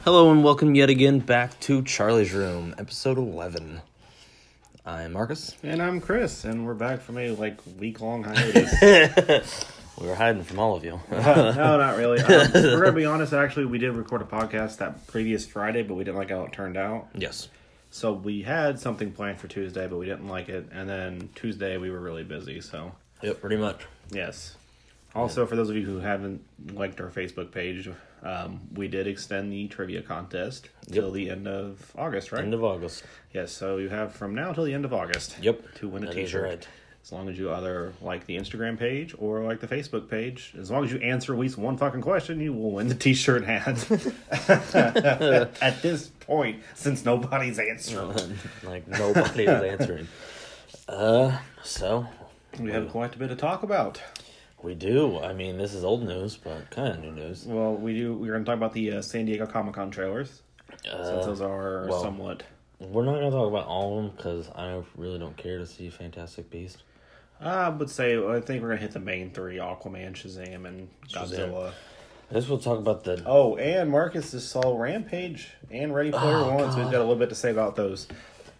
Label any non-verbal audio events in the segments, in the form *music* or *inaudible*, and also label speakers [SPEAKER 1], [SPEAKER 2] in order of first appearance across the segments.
[SPEAKER 1] everyone. Welcome yet again back to Charlie's Room, episode 11. I'm Marcus.
[SPEAKER 2] And I'm Chris, and we're back from a like week *laughs* long hiatus.
[SPEAKER 1] We were hiding from all of you. *laughs*
[SPEAKER 2] no, not really. *laughs* Um, we're gonna be honest. Actually, we did record a podcast that previous Friday, but we didn't like how it turned out.
[SPEAKER 1] yes.
[SPEAKER 2] So we had something planned for Tuesday, but we didn't like it. And then Tuesday we were really busy. So
[SPEAKER 1] Yep, pretty much.
[SPEAKER 2] yes. Also, for those of you who haven't liked our Facebook page, um, we did extend the trivia contest till the end of August, right?
[SPEAKER 1] End of August.
[SPEAKER 2] yes. So you have from now till the end of August.
[SPEAKER 1] Yep.
[SPEAKER 2] To win a
[SPEAKER 1] That is
[SPEAKER 2] T-shirt.
[SPEAKER 1] right.
[SPEAKER 2] As long as you either like the Instagram page or like the Facebook page, as long as you answer at least one fucking question, you will win the T-shirt hat.
[SPEAKER 1] *laughs*
[SPEAKER 2] at this point, since nobody's
[SPEAKER 1] Uh-huh.
[SPEAKER 2] answering,
[SPEAKER 1] *laughs* like, nobody is answering. Uh, so,
[SPEAKER 2] we have quite a bit to talk about.
[SPEAKER 1] we do. I mean, this is old news, but kind of new news.
[SPEAKER 2] Well, we do. We're going to talk about the uh, San Diego Comic Con trailers, since
[SPEAKER 1] Uh,
[SPEAKER 2] those are
[SPEAKER 1] well.
[SPEAKER 2] somewhat.
[SPEAKER 1] we're not going to talk about all of them because I really don't care to see Fantastic Beast.
[SPEAKER 2] I would say I think we're going to hit the main three: Aquaman, Shazam, and
[SPEAKER 1] Shazam.
[SPEAKER 2] Godzilla.
[SPEAKER 1] I guess we'll talk about the.
[SPEAKER 2] Oh, and Marcus just saw Rampage and Ready Player
[SPEAKER 1] Oh,
[SPEAKER 2] One, so we've got a little bit to say about those.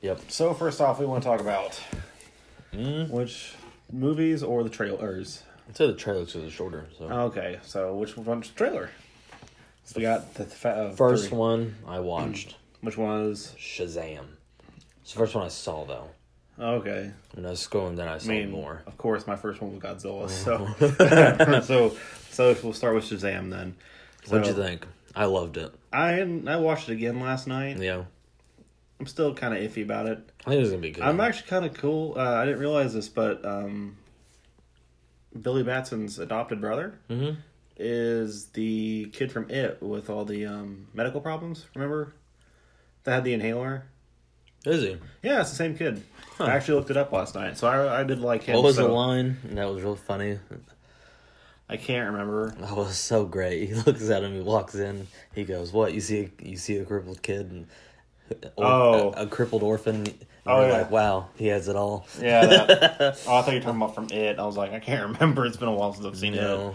[SPEAKER 1] Yep.
[SPEAKER 2] So first off, we want to talk about which movies or the trailers.
[SPEAKER 1] So the trailer to the shorter. So.
[SPEAKER 2] Okay, so which one's the trailer? So we got the fa- uh,
[SPEAKER 1] First
[SPEAKER 2] three,
[SPEAKER 1] one I watched.
[SPEAKER 2] which was
[SPEAKER 1] Shazam. It's the first one I saw though.
[SPEAKER 2] okay.
[SPEAKER 1] When I was scrolling, then I saw
[SPEAKER 2] I mean,
[SPEAKER 1] more.
[SPEAKER 2] of course, my first one was Godzilla. So, *laughs* so, so if we'll start with Shazam then. So,
[SPEAKER 1] What'd you think? I loved it.
[SPEAKER 2] I I watched it again last night.
[SPEAKER 1] Yeah,
[SPEAKER 2] I'm still kind of iffy about it.
[SPEAKER 1] I think it was gonna be good.
[SPEAKER 2] I'm actually kind of cool. Uh, I didn't realize this, but um, Billy Batson's adopted brother
[SPEAKER 1] Mm-hmm.
[SPEAKER 2] is the kid from It with all the um, medical problems. Remember that had the inhaler?
[SPEAKER 1] Is he?
[SPEAKER 2] Yeah, it's the same kid. I actually looked it up last night, so I, I did like him.
[SPEAKER 1] What was
[SPEAKER 2] so
[SPEAKER 1] the line? That was real funny.
[SPEAKER 2] I can't remember.
[SPEAKER 1] That was so great. He looks at him. He walks in. He goes, "What? You see? A, you see a crippled kid and or,
[SPEAKER 2] Oh.
[SPEAKER 1] a, a crippled orphan." And
[SPEAKER 2] Oh,
[SPEAKER 1] you're
[SPEAKER 2] yeah.
[SPEAKER 1] like, wow, he has it all.
[SPEAKER 2] *laughs* Yeah, that,
[SPEAKER 1] *laughs*
[SPEAKER 2] oh, I thought you were talking about from It. I was like, I can't *laughs* remember. It's been a while since I've seen
[SPEAKER 1] You know,
[SPEAKER 2] It.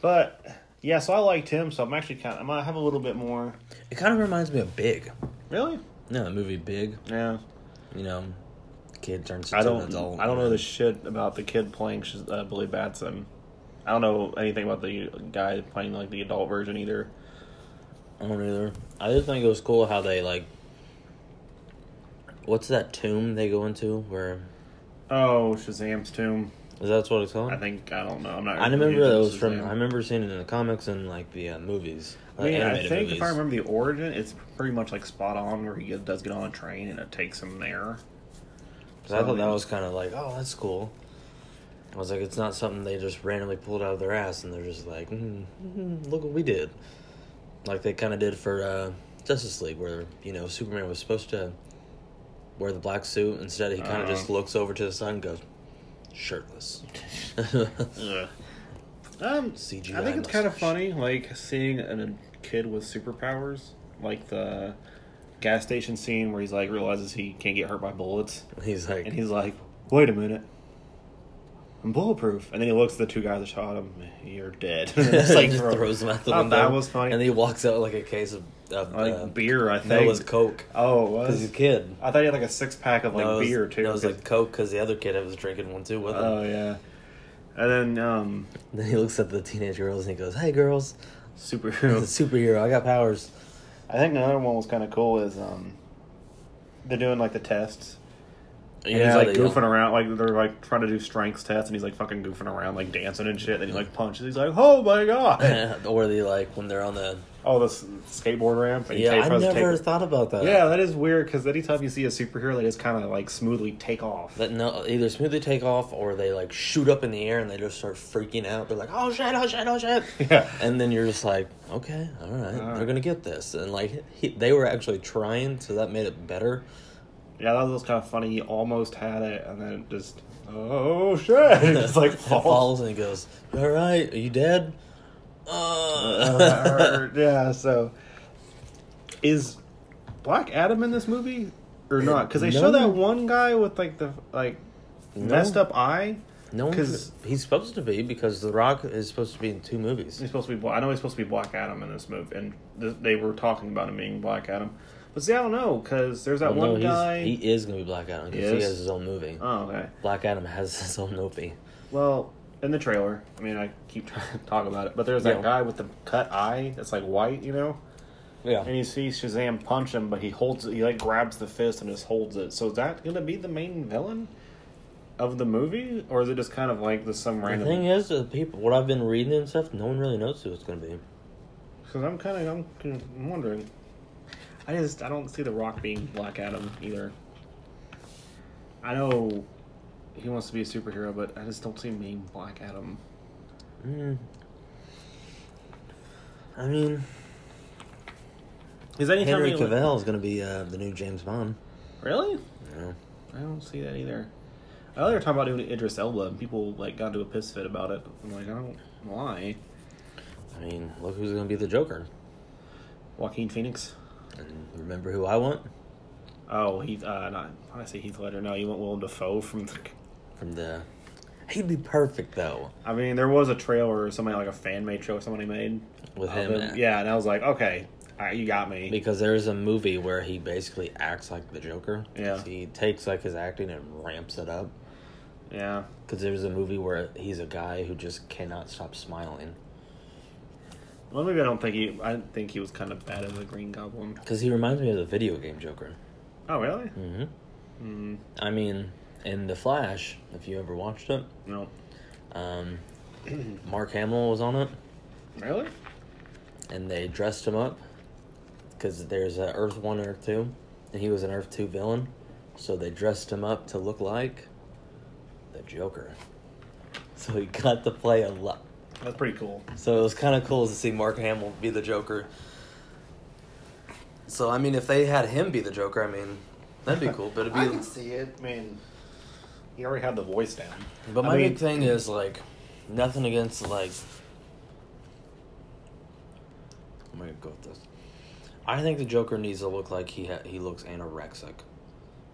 [SPEAKER 2] But yeah, so I liked him. So I'm actually kind. of... I'm gonna have a little bit more.
[SPEAKER 1] it kind of reminds me of Big.
[SPEAKER 2] Really?
[SPEAKER 1] No, the movie Big.
[SPEAKER 2] Yeah.
[SPEAKER 1] You know, kid turns into
[SPEAKER 2] I don't.
[SPEAKER 1] an adult.
[SPEAKER 2] I don't know the shit about the kid playing Sh- uh, Billy Batson. I don't know anything about the guy playing like the adult version either.
[SPEAKER 1] I don't either. I just think it was cool how they like. What's that tomb they go into? Where
[SPEAKER 2] Oh, Shazam's tomb.
[SPEAKER 1] is that what it's called?
[SPEAKER 2] I think I don't know. I'm not.
[SPEAKER 1] I remember that
[SPEAKER 2] it
[SPEAKER 1] was from. I remember seeing it in the comics and like the uh, movies.
[SPEAKER 2] I,
[SPEAKER 1] like,
[SPEAKER 2] mean, I
[SPEAKER 1] animated
[SPEAKER 2] think if
[SPEAKER 1] movies.
[SPEAKER 2] I remember the origin, it's pretty much like spot on where he get- does get on a train and it takes him there.
[SPEAKER 1] 'Cause I thought that was kind of like, oh, that's cool. I was like, it's not something they just randomly pulled out of their ass, and they're just like, mm, mm, look what we did, like they kind of did for uh, Justice League, where you know Superman was supposed to wear the black suit. Instead, he kind of
[SPEAKER 2] Uh-huh.
[SPEAKER 1] just looks over to the side and goes,
[SPEAKER 2] *laughs*
[SPEAKER 1] shirtless.
[SPEAKER 2] Ugh. Um,
[SPEAKER 1] CGI
[SPEAKER 2] I think it's kind of
[SPEAKER 1] mustache.
[SPEAKER 2] funny, like seeing an, a kid with superpowers, like the gas station scene where he's like realizes he can't get hurt by bullets.
[SPEAKER 1] He's like,
[SPEAKER 2] And
[SPEAKER 1] *laughs*
[SPEAKER 2] he's like, wait a minute. I'm bulletproof. And then he looks at the two guys that shot him. You're dead. *laughs* It's like,
[SPEAKER 1] just
[SPEAKER 2] throw-
[SPEAKER 1] throws him out the
[SPEAKER 2] Thought
[SPEAKER 1] window.
[SPEAKER 2] That was funny.
[SPEAKER 1] And he walks out with, like a case of, of
[SPEAKER 2] like
[SPEAKER 1] uh,
[SPEAKER 2] beer, I think.
[SPEAKER 1] Noah's Coke
[SPEAKER 2] oh, it
[SPEAKER 1] because he's
[SPEAKER 2] was.
[SPEAKER 1] a kid.
[SPEAKER 2] I thought he had like a six pack of like
[SPEAKER 1] No, it was-
[SPEAKER 2] beer too.
[SPEAKER 1] No, it was
[SPEAKER 2] 'cause-
[SPEAKER 1] like Coke because the other kid was drinking one too with him.
[SPEAKER 2] oh yeah. And then um,
[SPEAKER 1] *laughs* then he looks at the teenage girls and he goes, "Hey girls,
[SPEAKER 2] *laughs*
[SPEAKER 1] I'm a
[SPEAKER 2] superheroes.
[SPEAKER 1] superhero. I got powers."
[SPEAKER 2] I think another one was kind of cool is um, they're doing like the tests. And he's like goofing around, like they're like trying to do strengths tests, and he's like fucking goofing around, like dancing and shit. And then he like punches. He's like, "Oh my
[SPEAKER 1] *laughs*
[SPEAKER 2] god!"
[SPEAKER 1] around. or they like when they're on the.
[SPEAKER 2] Oh, the s- skateboard ramp. and he
[SPEAKER 1] Yeah,
[SPEAKER 2] takes-
[SPEAKER 1] I
[SPEAKER 2] tries to
[SPEAKER 1] never
[SPEAKER 2] take-
[SPEAKER 1] thought about that.
[SPEAKER 2] yeah, that is weird because anytime you see a superhero, they just kind of like smoothly take off.
[SPEAKER 1] That no, either smoothly take off or they like shoot up in the air and they just start freaking out. They're like, "Oh shit! Oh shit! Oh
[SPEAKER 2] *laughs*
[SPEAKER 1] shit!"
[SPEAKER 2] *laughs* Yeah.
[SPEAKER 1] And then you're just like, "Okay, all right, they're gonna get this." And like he, they were actually trying, so that made it better.
[SPEAKER 2] Yeah, that was kind of funny. He almost had it, and then it just oh shit,
[SPEAKER 1] *laughs*
[SPEAKER 2] *laughs* it just like falls.
[SPEAKER 1] falls and he goes, "You "All right, are you dead?" *laughs* Uh,
[SPEAKER 2] *laughs* Uh, yeah, so is Black Adam in this movie or not? Because they show
[SPEAKER 1] No.
[SPEAKER 2] that one guy with like the like
[SPEAKER 1] No.
[SPEAKER 2] messed up eye.
[SPEAKER 1] No one's.
[SPEAKER 2] 'Cause-
[SPEAKER 1] He's supposed to be because The Rock is supposed to be in two movies.
[SPEAKER 2] He's supposed to be. Bla- I know he's supposed to be Black Adam in this movie, and th- they were talking about him being Black Adam. But see, I don't know because there's that
[SPEAKER 1] Well, Oh, no,
[SPEAKER 2] one
[SPEAKER 1] he's-
[SPEAKER 2] guy.
[SPEAKER 1] He is going to be Black Adam
[SPEAKER 2] He
[SPEAKER 1] because he,
[SPEAKER 2] is?
[SPEAKER 1] has his own movie.
[SPEAKER 2] Oh, okay.
[SPEAKER 1] Black Adam has his own movie.
[SPEAKER 2] Well, in the trailer, I mean, I keep *laughs* trying to talk about it, but there's that
[SPEAKER 1] Yeah.
[SPEAKER 2] guy with the cut eye that's like white, you know,
[SPEAKER 1] Yeah.
[SPEAKER 2] and you see Shazam punch him, but he holds it. He like grabs the fist and just holds it. So is that gonna be the main villain of the movie, or is it just kind of like this some
[SPEAKER 1] The
[SPEAKER 2] random?
[SPEAKER 1] thing is, the people, what I've been reading and stuff, no one really knows who it's going to be.
[SPEAKER 2] Because I'm kind of I'm, I'm wondering. I just I don't see The Rock being Black Adam either. I know he wants to be a superhero, but I just don't see him being Black Adam.
[SPEAKER 1] Mm. I mean,
[SPEAKER 2] Is anytime
[SPEAKER 1] Henry
[SPEAKER 2] he-
[SPEAKER 1] Cavill is going to be uh, the new James Bond.
[SPEAKER 2] really?
[SPEAKER 1] You know?
[SPEAKER 2] I don't see that either. I know they were talking about doing Idris Elba, and people like got into a piss fit about it. I'm like, I don't why
[SPEAKER 1] I mean, look who's going to be the Joker.
[SPEAKER 2] Joaquin Phoenix.
[SPEAKER 1] And remember who I want
[SPEAKER 2] Oh, he uh, not I say Heath Ledger. No, you want Willem Dafoe from. The,
[SPEAKER 1] from the. He'd be perfect though
[SPEAKER 2] I mean, there was a trailer or somebody like a fan made trailer somebody made
[SPEAKER 1] with
[SPEAKER 2] of
[SPEAKER 1] him.
[SPEAKER 2] him. Yeah, and I was like, okay, all right, you got me.
[SPEAKER 1] Because there's a movie where he basically acts like the Joker.
[SPEAKER 2] Yeah.
[SPEAKER 1] He takes like his acting and ramps it up.
[SPEAKER 2] Yeah.
[SPEAKER 1] Because there's a movie where he's a guy who just cannot stop smiling.
[SPEAKER 2] Well, maybe I don't think he. I think he was kind of bad as a Green Goblin.
[SPEAKER 1] Because he reminds me of the video game Joker.
[SPEAKER 2] Oh, really?
[SPEAKER 1] hmm
[SPEAKER 2] Mm,
[SPEAKER 1] I mean, in The Flash, if you ever watched it,
[SPEAKER 2] no. *clears throat*
[SPEAKER 1] um, Mark Hamill was on it,
[SPEAKER 2] Really?
[SPEAKER 1] and they dressed him up. Because there's a Earth 1 Earth 2, and he was an Earth 2 villain. So they dressed him up to look like the Joker. *laughs* So he got to play a lot.
[SPEAKER 2] That's pretty cool.
[SPEAKER 1] So it was kind of cool to see Mark Hamill be the Joker. So I mean, if they had him be the Joker, I mean, that'd be cool. But it'd
[SPEAKER 2] I can
[SPEAKER 1] be.
[SPEAKER 2] see it. I mean, he already had the voice down.
[SPEAKER 1] But
[SPEAKER 2] I
[SPEAKER 1] my
[SPEAKER 2] mean-
[SPEAKER 1] big thing is like, nothing against like. I'm gonna go with this. I think the Joker needs to look like he ha- he looks anorexic,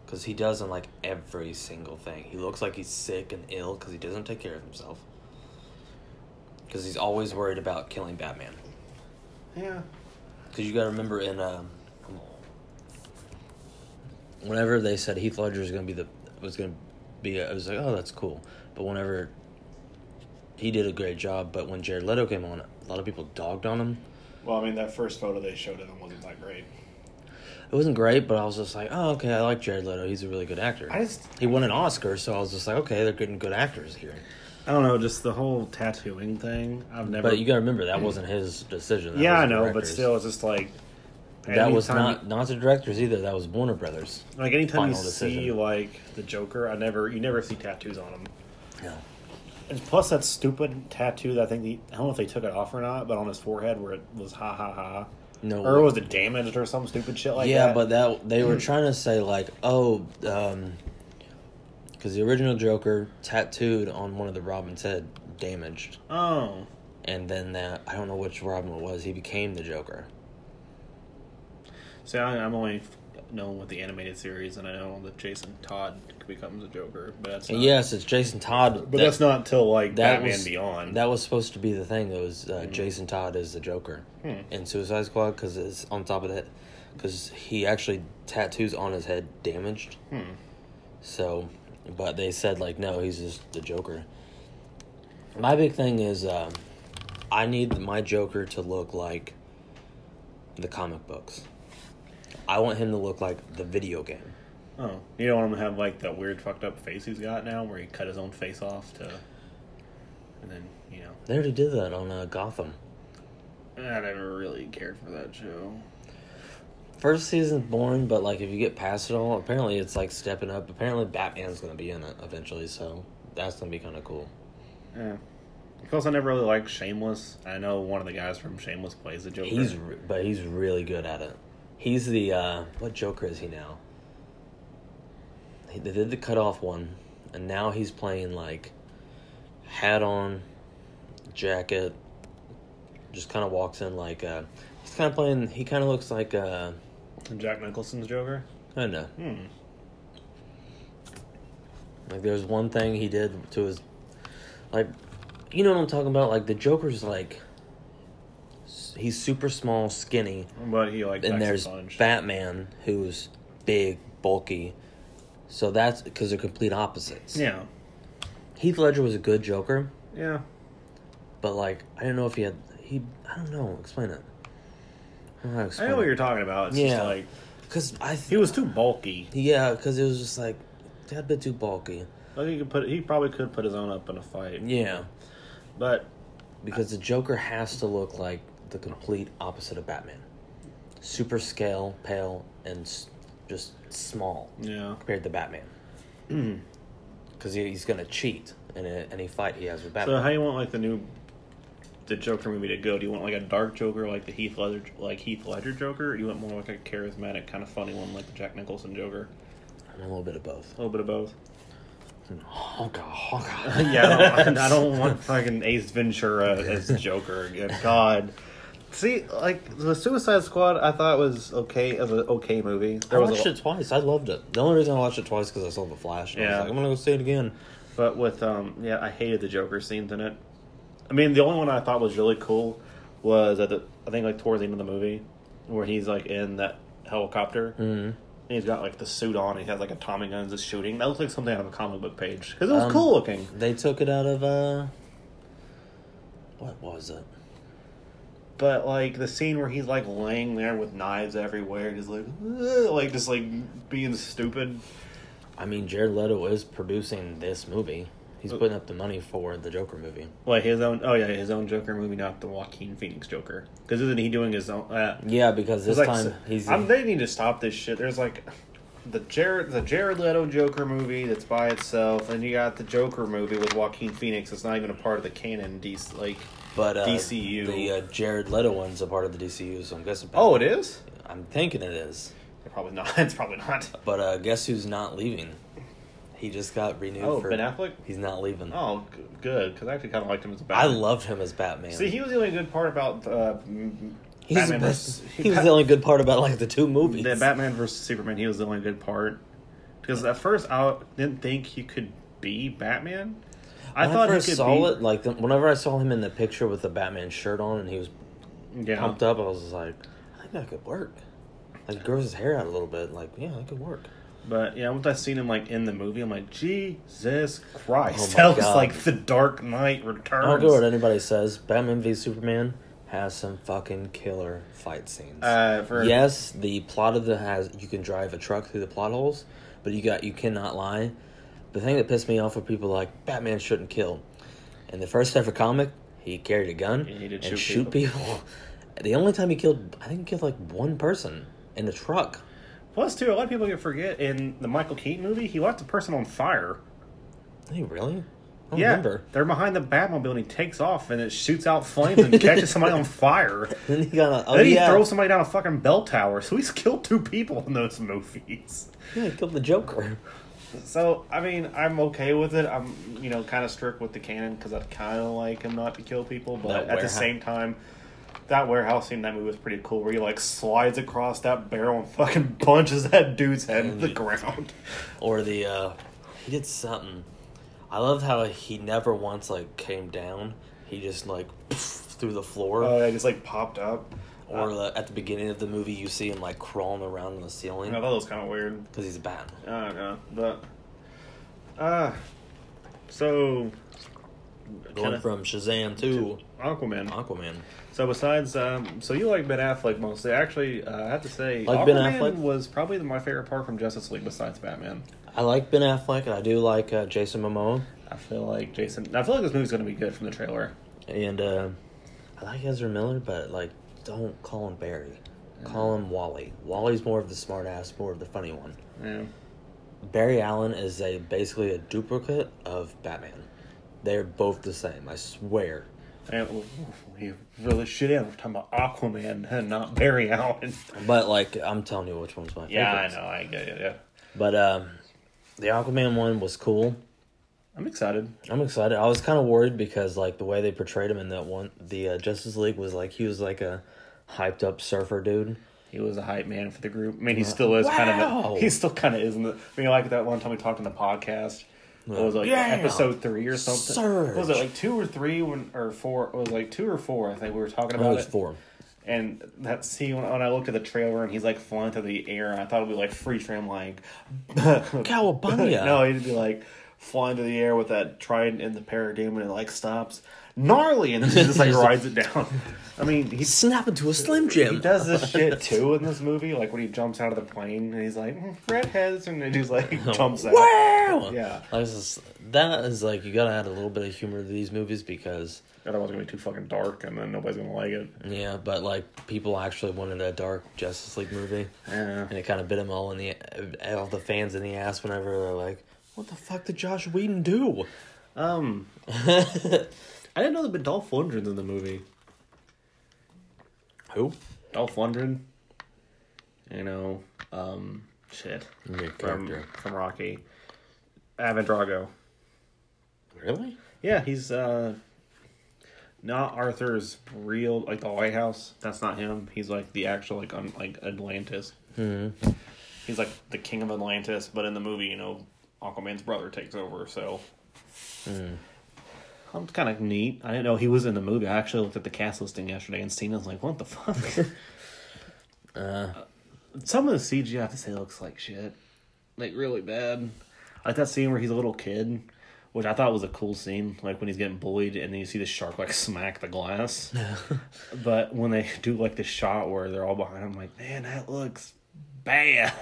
[SPEAKER 1] because he does in like every single thing. He looks like he's sick and ill because he doesn't take care of himself. Because he's always worried about killing Batman.
[SPEAKER 2] Yeah.
[SPEAKER 1] Because you got to remember in um, whenever they said Heath Ledger was going to be the was going to be, I was like, oh, that's cool. But whenever he did a great job, but when Jared Leto came on, a lot of people dogged on him.
[SPEAKER 2] Well, I mean, that first photo they showed of him wasn't that great.
[SPEAKER 1] It wasn't great, but I was just like, oh, okay, I like Jared Leto. He's a really good actor.
[SPEAKER 2] I just-
[SPEAKER 1] he won an Oscar, so I was just like, okay, they're getting good actors here.
[SPEAKER 2] I don't know, just the whole tattooing thing. I've never.
[SPEAKER 1] But you got to remember that wasn't his decision. That
[SPEAKER 2] yeah,
[SPEAKER 1] was
[SPEAKER 2] I
[SPEAKER 1] the
[SPEAKER 2] know, but
[SPEAKER 1] director's.
[SPEAKER 2] still, it's just like.
[SPEAKER 1] that was
[SPEAKER 2] anytime-
[SPEAKER 1] not not the directors either. That was Warner Brothers.
[SPEAKER 2] Like anytime you
[SPEAKER 1] final decision.
[SPEAKER 2] see like the Joker, I never you never see tattoos on him.
[SPEAKER 1] Yeah.
[SPEAKER 2] And plus that stupid tattoo that I think he, I don't know if they took it off or not, but on his forehead where it was ha ha ha.
[SPEAKER 1] No.
[SPEAKER 2] Or was it damaged or some stupid shit like
[SPEAKER 1] yeah,
[SPEAKER 2] that? Mm.
[SPEAKER 1] but that they were trying to say like, oh, because the original Joker tattooed on one of the Robin's head, damaged,
[SPEAKER 2] oh,
[SPEAKER 1] and then that I don't know which Robin it was. He became the Joker.
[SPEAKER 2] see, I, I'm only f- known with the animated series, and I know that Jason Todd becomes a Joker, but that's not,
[SPEAKER 1] And yes, it's Jason Todd.
[SPEAKER 2] but that's not until like
[SPEAKER 1] that
[SPEAKER 2] Batman
[SPEAKER 1] was-
[SPEAKER 2] Beyond.
[SPEAKER 1] That was supposed to be the thing. That was uh, Jason Todd is the Joker
[SPEAKER 2] Hmm.
[SPEAKER 1] in Suicide Squad because it's on top of that because he actually tattoos on his head damaged.
[SPEAKER 2] Hmm.
[SPEAKER 1] So, but they said like no, he's just the Joker. My big thing is, uh, I need my Joker to look like the comic books. I want him to look like the video game.
[SPEAKER 2] Oh, you don't want him to have like that weird fucked up face he's got now, where he cut his own face off to, and then you know.
[SPEAKER 1] They already did that on uh, Gotham.
[SPEAKER 2] I never really cared for that show.
[SPEAKER 1] First season's boring, but like if you get past it all, apparently it's like stepping up. Apparently Batman's gonna be in it eventually, so that's gonna be kind of cool.
[SPEAKER 2] Yeah. Because I never really liked Shameless. I know one of the guys from Shameless plays the Joker.
[SPEAKER 1] He's re- but he's really good at it. He's the uh what Joker is he now? He, they did the cutoff one, and now he's playing like hat on, jacket. Just kind of walks in like uh he's kind of playing. He kind of looks like uh
[SPEAKER 2] Jack Nicholson's Joker.
[SPEAKER 1] I don't know.
[SPEAKER 2] Hmm.
[SPEAKER 1] Like there's one thing he did to his Like, you know what I'm talking about? Like the Joker's like, s- he's super small, skinny,
[SPEAKER 2] But he like
[SPEAKER 1] and
[SPEAKER 2] backs
[SPEAKER 1] there's
[SPEAKER 2] up on shit.
[SPEAKER 1] Batman who's big, bulky. So that's because they're complete opposites.
[SPEAKER 2] Yeah,
[SPEAKER 1] Heath Ledger was a good Joker,
[SPEAKER 2] yeah.
[SPEAKER 1] but like I don't know if he had he I don't know explain it. I don't know how to
[SPEAKER 2] I
[SPEAKER 1] explain
[SPEAKER 2] know what you're talking about. It's
[SPEAKER 1] Yeah.
[SPEAKER 2] just like
[SPEAKER 1] because I
[SPEAKER 2] he
[SPEAKER 1] th-
[SPEAKER 2] was too bulky.
[SPEAKER 1] yeah because it was just like a tad bit too bulky.
[SPEAKER 2] I think he could put. He probably could put his own up in a fight.
[SPEAKER 1] Yeah,
[SPEAKER 2] But
[SPEAKER 1] because the Joker has to look like the complete opposite of Batman, super scale, pale, and s- just small
[SPEAKER 2] yeah,
[SPEAKER 1] compared to Batman. *clears throat* Because he, he's gonna cheat in a, any fight he has with Batman.
[SPEAKER 2] so how do you want like the new, the Joker movie to go? Do you want like a dark Joker, like the Heath Ledger, like Heath Ledger Joker, or do you want more like a charismatic, kind of funny one, like the Jack Nicholson Joker?
[SPEAKER 1] I'm a little bit of both.
[SPEAKER 2] A little bit of both.
[SPEAKER 1] Honka, honka.
[SPEAKER 2] *laughs* yeah, I *laughs* don't, I
[SPEAKER 1] *laughs*
[SPEAKER 2] don't want fucking Ace Ventura as Joker again. God. See, like the Suicide Squad, I thought was okay as an okay movie.
[SPEAKER 1] I
[SPEAKER 2] There was
[SPEAKER 1] watched
[SPEAKER 2] a,
[SPEAKER 1] it twice. I loved it. The only reason I watched it twice because I saw The Flash. And I was
[SPEAKER 2] Yeah.
[SPEAKER 1] like, I'm gonna go see it again.
[SPEAKER 2] but with um, yeah, I hated the Joker scenes in it. I mean, the only one I thought was really cool was at the I think like towards the end of the movie where he's like in that helicopter. And he's got like the suit on. He has like a Tommy guns that's shooting. That looks like something out of a comic book page because it was
[SPEAKER 1] Um,
[SPEAKER 2] cool looking.
[SPEAKER 1] They took it out of uh, what was it?
[SPEAKER 2] But like the scene where he's like laying there with knives everywhere, just like "Ugh," like just like being stupid.
[SPEAKER 1] I mean, Jared Leto is producing this movie.
[SPEAKER 2] Uh,
[SPEAKER 1] He's putting up the money for the Joker movie.
[SPEAKER 2] Like his own, oh yeah, his own Joker movie, not the Joaquin Phoenix Joker. Because isn't he doing his own? Uh,
[SPEAKER 1] Yeah, because this
[SPEAKER 2] it's like,
[SPEAKER 1] time he's
[SPEAKER 2] I'm, they need to stop this shit. There's like the Jared the Jared Leto Joker movie that's by itself, and you got the Joker movie with Joaquin Phoenix. It's not even a part of the canon. DC, like,
[SPEAKER 1] but uh,
[SPEAKER 2] DCU.
[SPEAKER 1] The uh, Jared Leto one's a part of the DCU, so I'm guessing.
[SPEAKER 2] oh, it is.
[SPEAKER 1] I'm thinking it is.
[SPEAKER 2] Probably not. *laughs* It's probably not.
[SPEAKER 1] But uh, guess who's not leaving? He just got renewed.
[SPEAKER 2] Oh,
[SPEAKER 1] for,
[SPEAKER 2] Ben Affleck.
[SPEAKER 1] He's not leaving.
[SPEAKER 2] Oh, g- good. Because I actually kind of liked him as a
[SPEAKER 1] I
[SPEAKER 2] Batman.
[SPEAKER 1] loved him as Batman.
[SPEAKER 2] See, he was the only good part about uh, m-
[SPEAKER 1] He's
[SPEAKER 2] Batman
[SPEAKER 1] the best.
[SPEAKER 2] versus-
[SPEAKER 1] he was the only good part about like the two movies.
[SPEAKER 2] the Batman versus Superman. He was the only good part because at first I didn't think he could be Batman. I
[SPEAKER 1] When
[SPEAKER 2] thought
[SPEAKER 1] first
[SPEAKER 2] he could
[SPEAKER 1] saw
[SPEAKER 2] be,
[SPEAKER 1] it, like the, whenever I saw him in the picture with the Batman shirt on and he was
[SPEAKER 2] yeah,
[SPEAKER 1] pumped up, I was just like, I think that could work. Like grows his hair out a little bit. Like yeah, that could work.
[SPEAKER 2] but yeah, once I seen him like in the movie, I'm like, Jesus
[SPEAKER 1] Oh my
[SPEAKER 2] Christ, that was
[SPEAKER 1] God.
[SPEAKER 2] like the Dark Knight
[SPEAKER 1] I don't care what
[SPEAKER 2] Returns.
[SPEAKER 1] anybody says. Batman v Superman has some fucking killer fight scenes.
[SPEAKER 2] Uh, for
[SPEAKER 1] yes, the plot of the has you can drive a truck through the plot holes, but you got you cannot lie. The thing that pissed me off were people like Batman shouldn't kill. In the first ever comic, he carried a gun
[SPEAKER 2] And he
[SPEAKER 1] and
[SPEAKER 2] did shoot
[SPEAKER 1] shoot people. *laughs* the only time he killed, I think he killed like one person in a truck.
[SPEAKER 2] plus too, a lot of people get forget in the Michael Keaton movie, he left a person on fire.
[SPEAKER 1] Did he really? I don't
[SPEAKER 2] yeah,
[SPEAKER 1] remember.
[SPEAKER 2] they're behind the Batmobile and he takes off and it shoots out
[SPEAKER 1] *laughs*
[SPEAKER 2] flames and catches somebody on fire.
[SPEAKER 1] Then he got a, oh
[SPEAKER 2] then he
[SPEAKER 1] yeah,
[SPEAKER 2] throws somebody down a fucking bell tower. So he's killed two people in those movies.
[SPEAKER 1] yeah, he killed the Joker.
[SPEAKER 2] So I mean, I'm okay with it. I'm you know kind of strict with the canon because I kind of like him not to kill people, but
[SPEAKER 1] That
[SPEAKER 2] at
[SPEAKER 1] warehouse-
[SPEAKER 2] the same time. That warehouse scene in that movie was pretty cool, where he like slides across that barrel and fucking *laughs* punches that dude's head into
[SPEAKER 1] Mm.
[SPEAKER 2] the ground. *laughs*
[SPEAKER 1] or the uh he did something i love how he never once like came down he just like through the floor
[SPEAKER 2] Oh, yeah, just like popped up.
[SPEAKER 1] or the, at the beginning of the movie you see him like crawling around on the
[SPEAKER 2] I
[SPEAKER 1] ceiling
[SPEAKER 2] thought that was kind of weird.
[SPEAKER 1] because he's a bat
[SPEAKER 2] I don't know, but uh, so
[SPEAKER 1] going
[SPEAKER 2] kinda-
[SPEAKER 1] from shazam to
[SPEAKER 2] Aquaman.
[SPEAKER 1] aquaman
[SPEAKER 2] So besides, um, so you like Ben Affleck mostly. Actually, uh, I have to say,
[SPEAKER 1] Like
[SPEAKER 2] Aquaman
[SPEAKER 1] Ben Affleck?
[SPEAKER 2] was probably my favorite part from Justice League besides Batman.
[SPEAKER 1] i like ben affleck and i do like uh, jason momoa
[SPEAKER 2] I feel like Jason. I feel like this movie's gonna be good from the trailer.
[SPEAKER 1] and uh i like ezra miller but like don't call him barry call
[SPEAKER 2] Mm.
[SPEAKER 1] him wally wally's more of the smart ass more of the funny one
[SPEAKER 2] Yeah.
[SPEAKER 1] Barry Allen is a basically a duplicate of Batman. They're both the same, I swear.
[SPEAKER 2] And we really should have we're talking about Aquaman and not Barry Allen.
[SPEAKER 1] But like I'm telling you which one's my favorite.
[SPEAKER 2] Yeah, I know. I get it. Yeah,
[SPEAKER 1] But um the Aquaman one was cool.
[SPEAKER 2] I'm excited.
[SPEAKER 1] I'm excited. I was kind of worried because like the way they portrayed him in that one the uh, Justice League was like he was like a hyped up surfer dude.
[SPEAKER 2] He was a hype man for the group. I mean, he still is kind of.
[SPEAKER 1] Uh, Wow.
[SPEAKER 2] A, he still kind of is. In the, I mean, like that one time we talked on the podcast What was it, like
[SPEAKER 1] Yeah.
[SPEAKER 2] episode three or something? What was it
[SPEAKER 1] Surge.
[SPEAKER 2] like two or three when or four? It was like two or four. I think we were talking
[SPEAKER 1] Oh,
[SPEAKER 2] about
[SPEAKER 1] there's
[SPEAKER 2] it.
[SPEAKER 1] four.
[SPEAKER 2] And that scene when, when I looked at the trailer and he's like flying through the air, and I thought it would be like free tram, like *laughs*
[SPEAKER 1] Cowabunga.
[SPEAKER 2] no, he'd be like flying through the air with that trident and the parademon, and it like stops gnarly, and then he
[SPEAKER 1] *laughs*
[SPEAKER 2] just like rides it down. I mean, he
[SPEAKER 1] Snap into a slim
[SPEAKER 2] he
[SPEAKER 1] jim.
[SPEAKER 2] does this shit too in this movie, like when he jumps out of the plane and he's like "Mm, redheads, and then he's like jumps out.
[SPEAKER 1] Wow.
[SPEAKER 2] Yeah.
[SPEAKER 1] Like, this is- that is like you gotta add a little bit of humor to these movies because
[SPEAKER 2] Otherwise, it's gonna be too fucking dark, and then nobody's gonna like it.
[SPEAKER 1] yeah, but like people actually wanted a dark Justice League movie,
[SPEAKER 2] Yeah.
[SPEAKER 1] and it kind of bit them all in the all the fans in the ass whenever they're like, "What the fuck did Josh Whedon do?"
[SPEAKER 2] Um, I didn't know that but Dolph Lundgren's in the movie.
[SPEAKER 1] Who?
[SPEAKER 2] Dolph Lundgren, you know, um, shit
[SPEAKER 1] Great
[SPEAKER 2] from
[SPEAKER 1] character.
[SPEAKER 2] from Rocky, Ivan Drago.
[SPEAKER 1] Really?
[SPEAKER 2] Yeah, he's uh not Arthur's real like the White House. That's not him. He's like the actual like un, like Atlantis. He's like the king of Atlantis, but in the movie, you know, Aquaman's brother takes over. So I'm kind of neat. I didn't know he was in the movie. I actually looked at the cast listing yesterday and seen. it. I was like, what the fuck? Uh, Some of the CG I have to say looks like shit, like really bad. Like that scene where he's a little kid, which I thought was a cool scene, like when he's getting bullied and then you see the shark like smack the *laughs* glass. but when they do like the shot where they're all behind him, like man, that looks bad.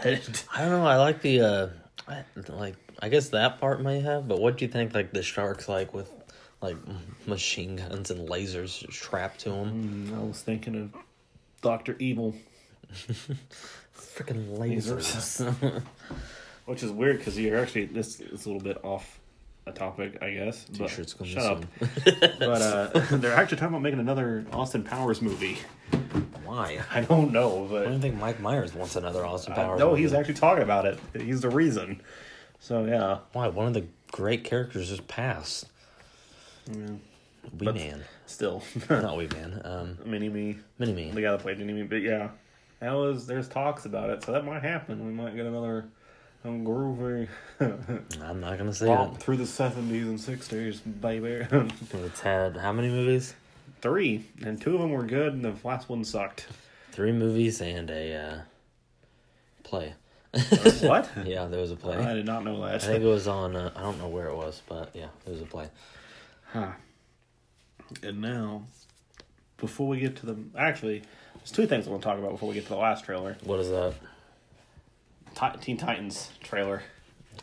[SPEAKER 1] I don't know. I like the uh, I- like I guess that part may have, but what do you think? Like the sharks, like with like machine guns and lasers strapped to them,
[SPEAKER 2] Mm, I was thinking of Doctor Evil,
[SPEAKER 1] freaking lasers.
[SPEAKER 2] *laughs* which is weird because you're actually this is a little bit off a topic, I guess. but
[SPEAKER 1] T-shirts coming
[SPEAKER 2] shut up. *laughs* but uh, *laughs* they're actually talking about making another Austin Powers movie.
[SPEAKER 1] *laughs* Why?
[SPEAKER 2] I don't know,
[SPEAKER 1] I
[SPEAKER 2] but
[SPEAKER 1] don't think Mike Myers wants another Austin Powers.
[SPEAKER 2] Uh, no, he's
[SPEAKER 1] movie.
[SPEAKER 2] actually talking about it. He's the reason. So yeah,
[SPEAKER 1] why one of the great characters just passed. Wee man,
[SPEAKER 2] still *laughs*
[SPEAKER 1] not Wee man. Um,
[SPEAKER 2] mini me,
[SPEAKER 1] Mini
[SPEAKER 2] the
[SPEAKER 1] Man.
[SPEAKER 2] guy that played mini me. But yeah, that was there's talks about it, so that might happen. We might get another um, *laughs* groovy
[SPEAKER 1] I'm not gonna say
[SPEAKER 2] romp
[SPEAKER 1] it.
[SPEAKER 2] through the seventies and sixties, baby. *laughs*
[SPEAKER 1] It's had how many movies?
[SPEAKER 2] Three and two of them were good, and the last one *laughs* sucked.
[SPEAKER 1] Three movies and a uh, play.
[SPEAKER 2] what?
[SPEAKER 1] Yeah, there was a play.
[SPEAKER 2] I did not know
[SPEAKER 1] I think
[SPEAKER 2] that.
[SPEAKER 1] it was on. Uh, I don't know where it was, but yeah, it was a play.
[SPEAKER 2] Huh. And now, before we get to the actually, there's two things I want to talk about before we get to the last trailer.
[SPEAKER 1] What is that?
[SPEAKER 2] Ti- Teen Titans trailer.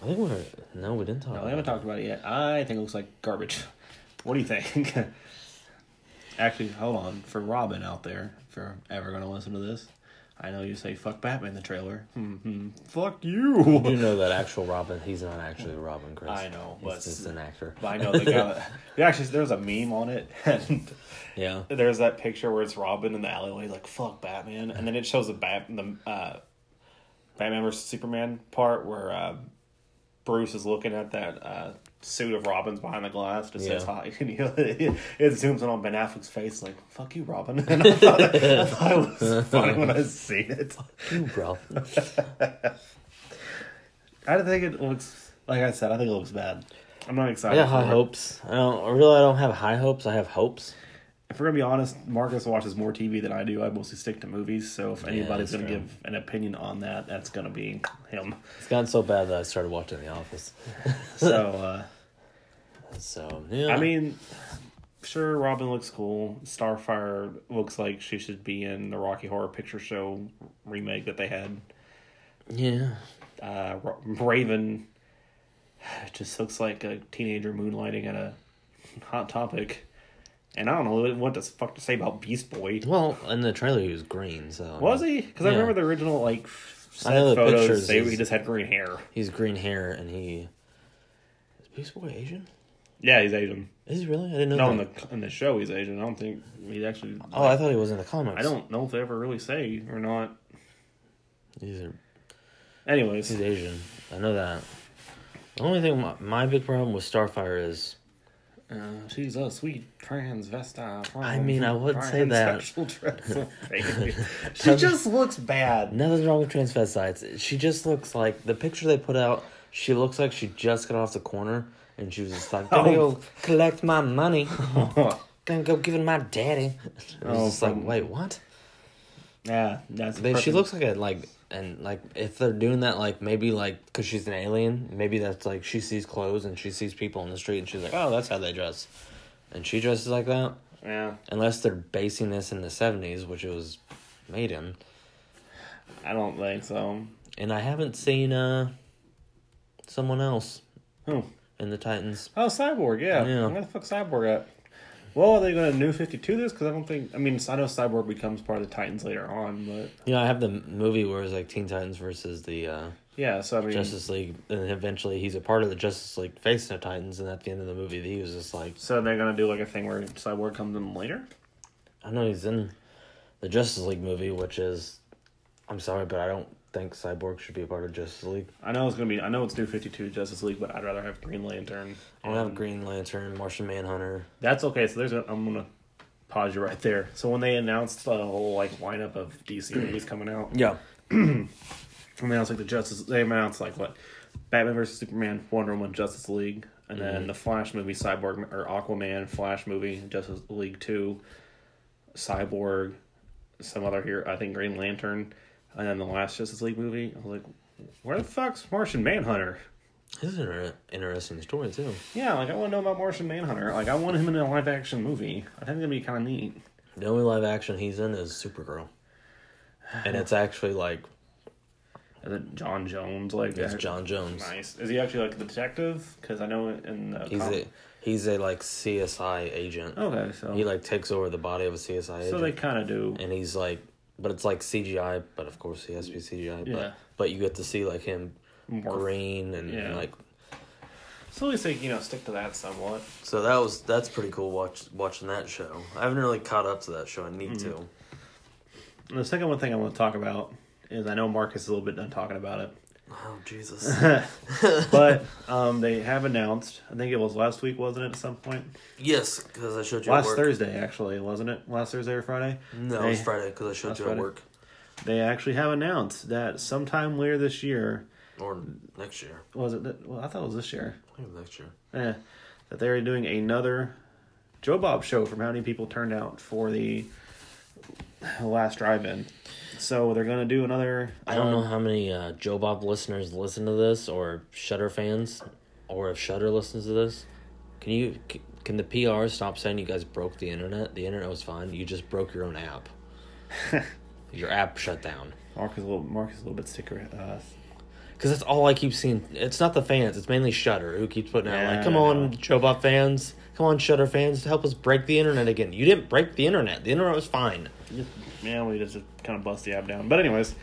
[SPEAKER 1] I think we were. Oh, No, we didn't talk.
[SPEAKER 2] No,
[SPEAKER 1] about
[SPEAKER 2] we haven't talked about it yet. I think it looks like garbage. *laughs* What do you think? *laughs* Actually, hold on. For Robin out there, if you're ever going to listen to this, I know you say fuck Batman the trailer. hmm Fuck
[SPEAKER 1] it.
[SPEAKER 2] you.
[SPEAKER 1] You know that actual Robin. He's not actually Robin, Chris.
[SPEAKER 2] I know, but-
[SPEAKER 1] he's just an actor.
[SPEAKER 2] But *laughs* I know they got *laughs* Actually, there's a meme on it, *laughs* and
[SPEAKER 1] *laughs* Yeah,
[SPEAKER 2] there's that picture where it's Robin in the alleyway, like fuck Batman, and then it shows the bat the uh, Batman versus Superman part where uh, Bruce is looking at that uh, suit of Robin's behind the glass, just says
[SPEAKER 1] Yeah.
[SPEAKER 2] hi, *laughs* and he, it zooms in on Ben Affleck's face, like fuck you, Robin. *laughs* And I thought, I thought
[SPEAKER 1] *laughs*
[SPEAKER 2] it was funny when I seen it.
[SPEAKER 1] you bro.
[SPEAKER 2] I think it looks like I said. I think it looks bad. I'm not
[SPEAKER 1] I
[SPEAKER 2] excited.
[SPEAKER 1] got high
[SPEAKER 2] for it.
[SPEAKER 1] hopes. I don't I really. I don't have high hopes. I have hopes.
[SPEAKER 2] If we're gonna be honest, Marcus watches more TV than I do. I mostly stick to movies, so if anybody's
[SPEAKER 1] that's
[SPEAKER 2] gonna
[SPEAKER 1] true.
[SPEAKER 2] give an opinion on that, that's gonna be
[SPEAKER 1] *laughs*
[SPEAKER 2] him.
[SPEAKER 1] It's gotten so bad that I started watching The Office.
[SPEAKER 2] So uh,
[SPEAKER 1] So yeah,
[SPEAKER 2] I mean, sure, Robin looks cool. Starfire looks like she should be in the Rocky Horror Picture Show remake that they had.
[SPEAKER 1] yeah.
[SPEAKER 2] Uh, Ra- Raven *sighs* just looks like a teenager moonlighting at a hot topic. And I don't know what the fuck to say about Beast Boy.
[SPEAKER 1] Well, in the trailer he was green. So
[SPEAKER 2] Was he? Because I
[SPEAKER 1] Yeah.
[SPEAKER 2] remember the original like f-
[SPEAKER 1] I know
[SPEAKER 2] set
[SPEAKER 1] the
[SPEAKER 2] photos.
[SPEAKER 1] pictures
[SPEAKER 2] They
[SPEAKER 1] is-
[SPEAKER 2] he just had green hair.
[SPEAKER 1] He's green hair and he. Is Beast Boy Asian?
[SPEAKER 2] Yeah, he's Asian.
[SPEAKER 1] Is he really? I didn't know.
[SPEAKER 2] No,
[SPEAKER 1] that.
[SPEAKER 2] in the in the show he's Asian. I don't think he's actually.
[SPEAKER 1] Oh, I thought he was in the comics.
[SPEAKER 2] I don't know if they ever really say or not.
[SPEAKER 1] These are
[SPEAKER 2] Anyways,
[SPEAKER 1] He's Asian. I know that. The only thing my, my big problem with Starfire is
[SPEAKER 2] Uh, she's a sweet transvestite. from-
[SPEAKER 1] I mean, I would say that.
[SPEAKER 2] transsexual
[SPEAKER 1] *laughs*
[SPEAKER 2] transvestite. *laughs* she just looks bad. *laughs*
[SPEAKER 1] nothing's wrong with transvestites. She just looks like the picture they put out She looks like she just got off the corner and she was just like, Gonna
[SPEAKER 2] *laughs* Oh.
[SPEAKER 1] go collect my
[SPEAKER 2] *laughs*
[SPEAKER 1] money.
[SPEAKER 2] Oh,
[SPEAKER 1] Gonna go give it to my daddy. I was
[SPEAKER 2] Oh,
[SPEAKER 1] just like,
[SPEAKER 2] from-
[SPEAKER 1] wait, what?
[SPEAKER 2] yeah, that's.
[SPEAKER 1] They, she
[SPEAKER 2] perfect.
[SPEAKER 1] looks like a like and like if they're doing that like maybe like because she's an alien maybe that's like she sees clothes and she sees people in the street and she's like oh that's how they dress, and she dresses like that
[SPEAKER 2] Yeah,
[SPEAKER 1] unless they're basing this in the seventies which it was made in,
[SPEAKER 2] I don't think so.
[SPEAKER 1] and I haven't seen uh someone else
[SPEAKER 2] Hmm.
[SPEAKER 1] in the Titans.
[SPEAKER 2] Oh, Cyborg, yeah.
[SPEAKER 1] Yeah.
[SPEAKER 2] Where the fuck Cyborg at? Well, are they going to New 52 this? Because I don't think. I mean, I know Cyborg becomes part of the Titans later on, but.
[SPEAKER 1] You know I have the movie where it's like Teen Titans versus the uh
[SPEAKER 2] Yeah, so I mean.
[SPEAKER 1] Justice League, and eventually he's a part of the Justice League facing the Titans, and at the end of the movie he was just like.
[SPEAKER 2] So they're going to do like a thing where Cyborg comes in later?
[SPEAKER 1] I know he's in the Justice League movie, which is, I'm sorry, but I don't think Cyborg should be a part of Justice League.
[SPEAKER 2] I know it's going to be. I know it's New 52 Justice League, but I'd rather have Green Lantern.
[SPEAKER 1] I don't have Green Lantern, Martian Manhunter.
[SPEAKER 2] That's okay. So there's. A, I'm going to pause you right there. So when they announced the whole like lineup of DC movies coming out,
[SPEAKER 1] Yeah.
[SPEAKER 2] And they announced like the Justice. They announced like what, Batman versus Superman, Wonder Woman, Justice League, and then
[SPEAKER 1] Mm-hmm.
[SPEAKER 2] the Flash movie, Cyborg or Aquaman, Flash movie, Justice League Two, Cyborg, some other here. I think Green Lantern, and then the last Justice League movie. I was like, where the fuck's Martian Manhunter?
[SPEAKER 1] This is an inter- interesting story, too.
[SPEAKER 2] Yeah, like I want to know about Martian Manhunter. Like I want him in a live action movie. I think that'd be kind of neat.
[SPEAKER 1] The only live action he's in is Supergirl. And it's actually
[SPEAKER 2] *sighs*
[SPEAKER 1] like,
[SPEAKER 2] Is it John Jones? Like
[SPEAKER 1] it's
[SPEAKER 2] act-
[SPEAKER 1] John Jones.
[SPEAKER 2] Nice. Is he actually like the detective? Because I know in the
[SPEAKER 1] He's
[SPEAKER 2] com-
[SPEAKER 1] a, he's a like CSI agent.
[SPEAKER 2] okay, so
[SPEAKER 1] He like takes over the body of a CSI agent.
[SPEAKER 2] Oh. so they kind of do.
[SPEAKER 1] and he's like, but it's like CGI, but of course he has to be CGI.
[SPEAKER 2] Yeah.
[SPEAKER 1] But, but you get to see like him
[SPEAKER 2] Morph.
[SPEAKER 1] green and
[SPEAKER 2] Yeah.
[SPEAKER 1] like
[SPEAKER 2] So at least they, you know, stick to that somewhat.
[SPEAKER 1] So that was that's pretty cool. Watch watching that show. I haven't really caught up to that show. I need to.
[SPEAKER 2] And the second one thing I want to talk about is I know Marcus is a little bit done talking about
[SPEAKER 1] Oh Jesus! *laughs*
[SPEAKER 2] it, but um, they have announced. I think it was last week, wasn't it? At some point,
[SPEAKER 1] yes, because I showed you at
[SPEAKER 2] last
[SPEAKER 1] work.
[SPEAKER 2] Thursday actually, wasn't it? Last Thursday or Friday?
[SPEAKER 1] No,
[SPEAKER 2] They,
[SPEAKER 1] it was Friday because I showed
[SPEAKER 2] Last
[SPEAKER 1] you at
[SPEAKER 2] Friday?
[SPEAKER 1] work
[SPEAKER 2] They actually have announced that sometime later this year,
[SPEAKER 1] or next year.
[SPEAKER 2] was it? That, well, I thought it was this year.
[SPEAKER 1] I think it was next year.
[SPEAKER 2] Eh, that they are doing another Joe Bob show from how many people turned out for the last drive-in. So they're gonna do another.
[SPEAKER 1] I don't know how many uh, Joe Bob listeners listen to this or Shutter fans, or if Shutter listens to this. Can you? c- Can the PR stop saying you guys broke the internet? The internet was fine. You just broke your own
[SPEAKER 2] *laughs*
[SPEAKER 1] app. your app shut down.
[SPEAKER 2] Mark is a little Mark is a little bit sicker. Uh,
[SPEAKER 1] Because that's all I keep seeing. It's not the fans. It's mainly Shutter who keeps putting out
[SPEAKER 2] Yeah,
[SPEAKER 1] like, "Come
[SPEAKER 2] I
[SPEAKER 1] on,
[SPEAKER 2] know.
[SPEAKER 1] Joe Bob fans, come on, Shutter fans, help us break the internet again." You didn't break the internet. The internet was fine.
[SPEAKER 2] yeah, we just kind of bust the app down. But anyways,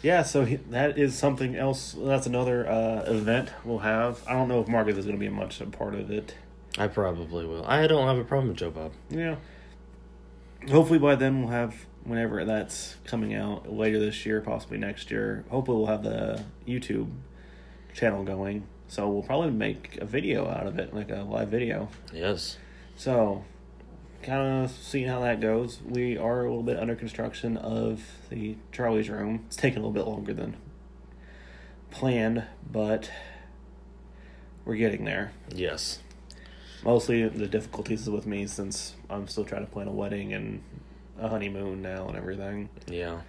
[SPEAKER 2] yeah. So he, that is something else. That's another uh, event we'll have. I don't know if Marcus is going to be much a part of it.
[SPEAKER 1] I probably will. I don't have a problem with Joe Bob.
[SPEAKER 2] Yeah. Hopefully by then we'll have whenever that's coming out later this year, possibly next year. Hopefully we'll have the YouTube channel going. So we'll probably make a video out of it, like a live video.
[SPEAKER 1] Yes,
[SPEAKER 2] So, kind of seeing how that goes. We are a little bit under construction of the Charlie's room. It's taking a little bit longer than planned, but we're getting there.
[SPEAKER 1] yes.
[SPEAKER 2] Mostly the difficulties is with me since I'm still trying to plan a wedding and a honeymoon now and everything.
[SPEAKER 1] Yeah.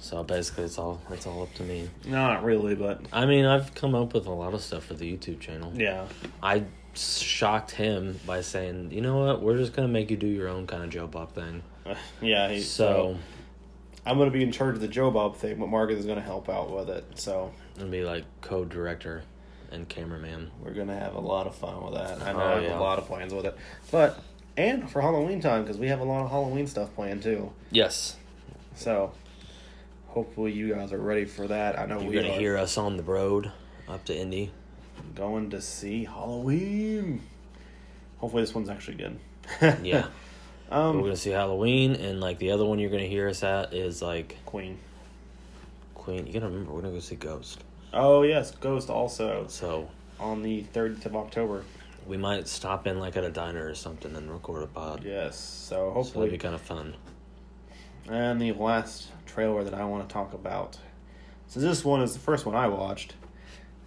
[SPEAKER 1] So basically, it's all it's all up to me.
[SPEAKER 2] No, not really, but
[SPEAKER 1] I mean, I've come up with a lot of stuff for the YouTube channel.
[SPEAKER 2] yeah. *sighs*
[SPEAKER 1] I shocked him by saying, "You know what? We're just gonna make you do your own kind of Joe Bob thing."
[SPEAKER 2] Yeah, he,
[SPEAKER 1] So
[SPEAKER 2] I'm going to be in charge of the Joe Bob thing, but Marcus is going to help out with it. So
[SPEAKER 1] it'll be like co-director and cameraman.
[SPEAKER 2] We're gonna have a lot of fun with that. I know
[SPEAKER 1] Oh,
[SPEAKER 2] I have
[SPEAKER 1] yeah.
[SPEAKER 2] a lot of plans with it, but and for Halloween time because we have a lot of Halloween stuff planned too.
[SPEAKER 1] Yes.
[SPEAKER 2] So hopefully you guys are ready for that. I know
[SPEAKER 1] You're
[SPEAKER 2] we
[SPEAKER 1] gonna
[SPEAKER 2] are
[SPEAKER 1] hear us on the road up to
[SPEAKER 2] *laughs*
[SPEAKER 1] Indy.
[SPEAKER 2] going to see Halloween. Hopefully this one's actually good.
[SPEAKER 1] *laughs* Yeah. We're
[SPEAKER 2] um,
[SPEAKER 1] gonna see Halloween and like the other one you're gonna hear us at is like
[SPEAKER 2] Queen.
[SPEAKER 1] Queen you gotta remember we're gonna go see Ghost.
[SPEAKER 2] Oh yes, Ghost also
[SPEAKER 1] So
[SPEAKER 2] on the thirtieth of October.
[SPEAKER 1] we might stop in like at a diner or something and record a pod.
[SPEAKER 2] Yes, so
[SPEAKER 1] So that'd be
[SPEAKER 2] hopefully.
[SPEAKER 1] kinda fun.
[SPEAKER 2] And the last trailer that I want to talk about. So this one is the first one I watched.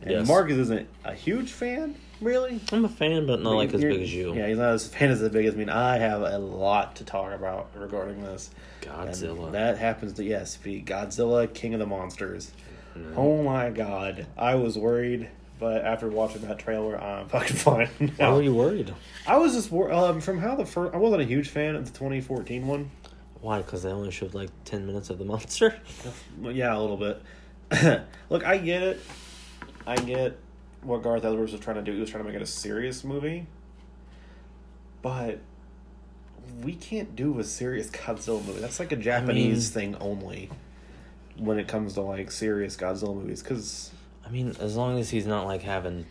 [SPEAKER 2] And
[SPEAKER 1] Yes.
[SPEAKER 2] Marcus isn't a huge fan, really.
[SPEAKER 1] I'm a fan, but not like as
[SPEAKER 2] You're-
[SPEAKER 1] big as you.
[SPEAKER 2] Yeah, he's not as fan as big as me. And I have a lot to talk about regarding this. And
[SPEAKER 1] Godzilla.
[SPEAKER 2] that happens to yes, be Godzilla, King of the Monsters.
[SPEAKER 1] Mm-hmm.
[SPEAKER 2] Oh my god, I was worried, but after watching that trailer, I'm *laughs* fucking fine.
[SPEAKER 1] Why
[SPEAKER 2] now.
[SPEAKER 1] were you worried?
[SPEAKER 2] I was just wor- um, from how the first. I wasn't a huge fan of the 2014 one.
[SPEAKER 1] Why? Because they only showed like ten minutes of the *laughs* monster.
[SPEAKER 2] Well, Yeah, a little bit. *coughs* Look, I get it. I get what Garth Edwards was trying to do. He was trying to make it a serious movie. But we can't do a serious Godzilla movie. That's like a Japanese thing only when it comes to like serious Godzilla movies cuz
[SPEAKER 1] I mean, as long as he's not like having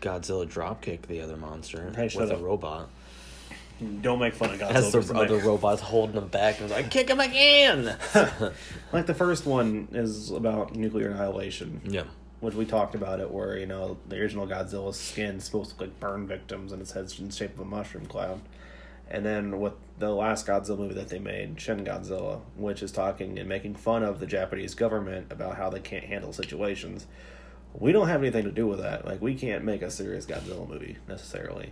[SPEAKER 1] Godzilla dropkick the other monster
[SPEAKER 2] Hey, shut
[SPEAKER 1] with a
[SPEAKER 2] up.
[SPEAKER 1] robot.
[SPEAKER 2] don't make fun of Godzilla.
[SPEAKER 1] As the
[SPEAKER 2] for something.
[SPEAKER 1] other robot's holding him back and like, kick him
[SPEAKER 2] *laughs*
[SPEAKER 1] again!
[SPEAKER 2] like the first one is about nuclear annihilation.
[SPEAKER 1] yeah.
[SPEAKER 2] which we talked about it, where you know the original Godzilla's skin is supposed to like burn victims, and its head's in the shape of a mushroom cloud. And then with the last Godzilla movie that they made, Shin Godzilla, which is talking and making fun of the Japanese government about how they can't handle situations. We don't have anything to do with that. Like we can't make a serious Godzilla movie necessarily,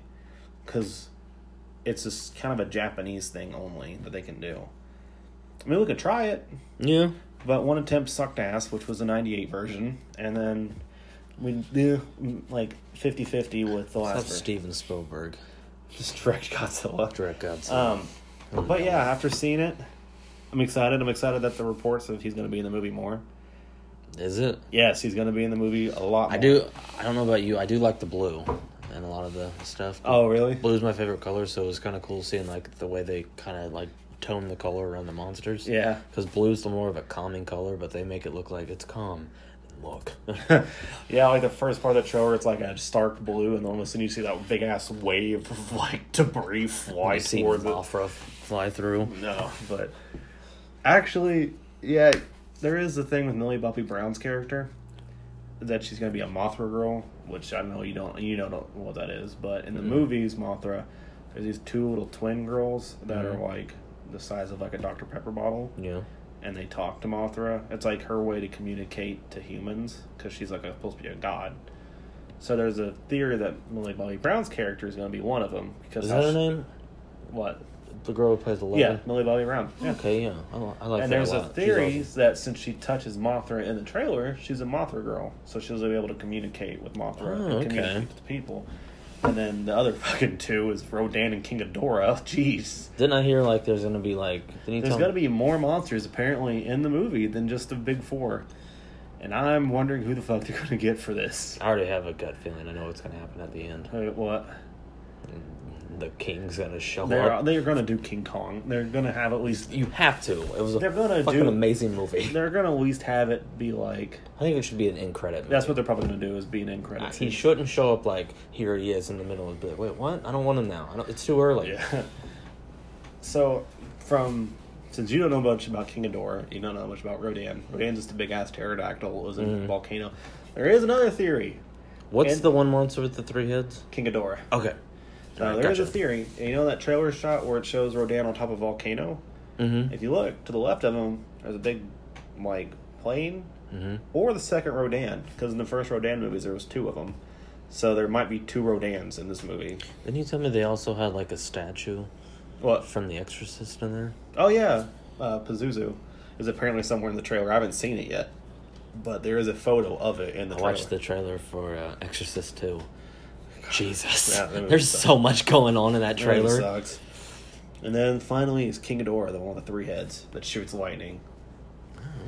[SPEAKER 2] because it's just kind of a Japanese thing only that they can do. I mean, we could try it.
[SPEAKER 1] Yeah.
[SPEAKER 2] But one attempt sucked ass, which was the 98 version. And then we do like 50 50 with the
[SPEAKER 1] That's
[SPEAKER 2] last version.
[SPEAKER 1] Steven Spielberg.
[SPEAKER 2] Just direct
[SPEAKER 1] *laughs*
[SPEAKER 2] Godzilla.
[SPEAKER 1] Direct Godzilla.
[SPEAKER 2] Um, but yeah, after seeing it, I'm excited. I'm excited that the reports of he's going to be in the movie more.
[SPEAKER 1] Is it?
[SPEAKER 2] Yes, he's going to be in the movie a lot more.
[SPEAKER 1] I do. I don't know about you. I do like the blue and a lot of the stuff.
[SPEAKER 2] Oh, really?
[SPEAKER 1] Blue is my favorite color, so it was kind of cool seeing like the way they kind of like tone the color around the monsters.
[SPEAKER 2] Yeah.
[SPEAKER 1] Because blue is the more of a calming color, but they make it look like it's calm.
[SPEAKER 2] *laughs*
[SPEAKER 1] Look.
[SPEAKER 2] Yeah, like the first part of the trailer, it's like a stark blue, and then all of a sudden you see that big ass wave of like debris fly
[SPEAKER 1] I see
[SPEAKER 2] towards it.
[SPEAKER 1] Mothra fly through.
[SPEAKER 2] No, *laughs* but actually, yeah, there is a thing with Millie Bobby Brown's character that she's gonna be a Mothra girl, which I know you don't you don't know what that is, but in the
[SPEAKER 1] Mm-hmm.
[SPEAKER 2] movies, Mothra, there's these two little twin girls that
[SPEAKER 1] Mhm.
[SPEAKER 2] are like the size of like a Dr Pepper bottle,
[SPEAKER 1] Yeah.
[SPEAKER 2] and they talk to Mothra. It's like her way to communicate to humans because she's like supposed to be a god. So there's a theory that Millie Bobby Brown's character is gonna be one of them because
[SPEAKER 1] Is
[SPEAKER 2] how
[SPEAKER 1] that her
[SPEAKER 2] she-
[SPEAKER 1] name?
[SPEAKER 2] What?
[SPEAKER 1] The girl who plays the lady?
[SPEAKER 2] Yeah, Millie Bobby Brown. Yeah
[SPEAKER 1] Okay, yeah. I, li- I like
[SPEAKER 2] and
[SPEAKER 1] that
[SPEAKER 2] there's
[SPEAKER 1] a,
[SPEAKER 2] a,
[SPEAKER 1] lot. She's
[SPEAKER 2] theory
[SPEAKER 1] awesome.
[SPEAKER 2] that since she touches Mothra in the trailer, she's a Mothra girl, so she'll be able to communicate with Mothra
[SPEAKER 1] Oh,
[SPEAKER 2] and
[SPEAKER 1] okay.
[SPEAKER 2] communicate with people. And then the other *laughs* fucking two is Rodan and King Ghidorah. *laughs* Jeez,
[SPEAKER 1] Didn't I hear like there's gonna be like didn't you
[SPEAKER 2] there's
[SPEAKER 1] tell
[SPEAKER 2] got to be more monsters apparently in the movie than just the big four, and I'm wondering who the fuck they're *laughs* gonna get for this.
[SPEAKER 1] I already have a gut feeling. I know what's gonna happen at the end.
[SPEAKER 2] Wait, what?
[SPEAKER 1] The king's gonna show
[SPEAKER 2] They're
[SPEAKER 1] up.
[SPEAKER 2] they're gonna do King Kong. They're gonna have at least
[SPEAKER 1] You have to. It was a
[SPEAKER 2] They're gonna
[SPEAKER 1] fucking
[SPEAKER 2] do-
[SPEAKER 1] amazing movie.
[SPEAKER 2] *laughs* they're gonna at least have it be like
[SPEAKER 1] I think it should be an end credit. Movie. Uh,
[SPEAKER 2] that's what they're probably gonna do is be an end credits.
[SPEAKER 1] He shouldn't show up like here he is in the middle of the wait what I don't want him now I don't, it's too early
[SPEAKER 2] Yeah. *laughs* So, from since you don't know much about King Ghidorah, you don't know much about Rodan. Rodan's just a big ass pterodactyl. It was in a volcano. There is another theory,
[SPEAKER 1] what's
[SPEAKER 2] And-
[SPEAKER 1] the one monster with the three heads
[SPEAKER 2] King Ghidorah.
[SPEAKER 1] okay
[SPEAKER 2] Uh, there is a theory. And you know that trailer shot where it shows Rodan on top of a volcano.
[SPEAKER 1] mm-hmm.
[SPEAKER 2] If you look to the left of him, there's a big like plane,
[SPEAKER 1] mm-hmm.
[SPEAKER 2] or the second Rodan, because in the first Rodan movies there was two of them. So there might be two Rodans in this movie.
[SPEAKER 1] Didn't you tell me they also had like a statue
[SPEAKER 2] What?
[SPEAKER 1] from The Exorcist in there?
[SPEAKER 2] Oh yeah, uh, Pazuzu is apparently somewhere in the trailer. I haven't seen it yet, but there is a photo of it in the
[SPEAKER 1] I
[SPEAKER 2] trailer.
[SPEAKER 1] watched the trailer for uh, Exorcist 2. Jesus.
[SPEAKER 2] Yeah, that movie
[SPEAKER 1] There's
[SPEAKER 2] sucks.
[SPEAKER 1] so much going on in that
[SPEAKER 2] That really
[SPEAKER 1] trailer.
[SPEAKER 2] sucks. And then finally is King Ghidorah, the one with the three heads that shoots lightning.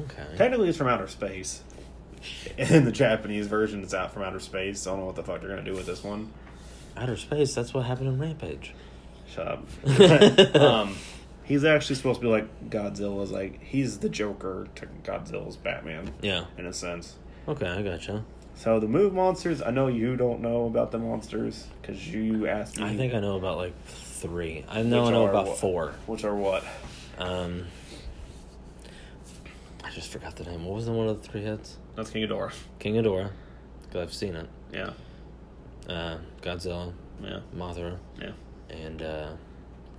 [SPEAKER 1] okay.
[SPEAKER 2] Technically, it's from outer space. In the Japanese version, it's out from outer space. I don't know what the fuck they're gonna do with this one.
[SPEAKER 1] Outer space, that's what happened in Rampage.
[SPEAKER 2] Shut
[SPEAKER 1] *laughs*
[SPEAKER 2] up. um, he's actually supposed to be like Godzilla's, like he's the Joker to Godzilla's Batman,
[SPEAKER 1] Yeah.
[SPEAKER 2] in a sense.
[SPEAKER 1] Okay, I gotcha.
[SPEAKER 2] So the move monsters, I know you don't know about the monsters because you asked me.
[SPEAKER 1] I think I know about like three. I know I
[SPEAKER 2] Mm. Which
[SPEAKER 1] know
[SPEAKER 2] are
[SPEAKER 1] about
[SPEAKER 2] what?
[SPEAKER 1] four.
[SPEAKER 2] Which are what?
[SPEAKER 1] Um, I just forgot the name. What was the one of the three hits?
[SPEAKER 2] That's King Ghidorah.
[SPEAKER 1] King Ghidorah, 'cause I've seen it.
[SPEAKER 2] Yeah,
[SPEAKER 1] Uh, Godzilla,
[SPEAKER 2] yeah,
[SPEAKER 1] Mothra,
[SPEAKER 2] yeah.
[SPEAKER 1] and uh,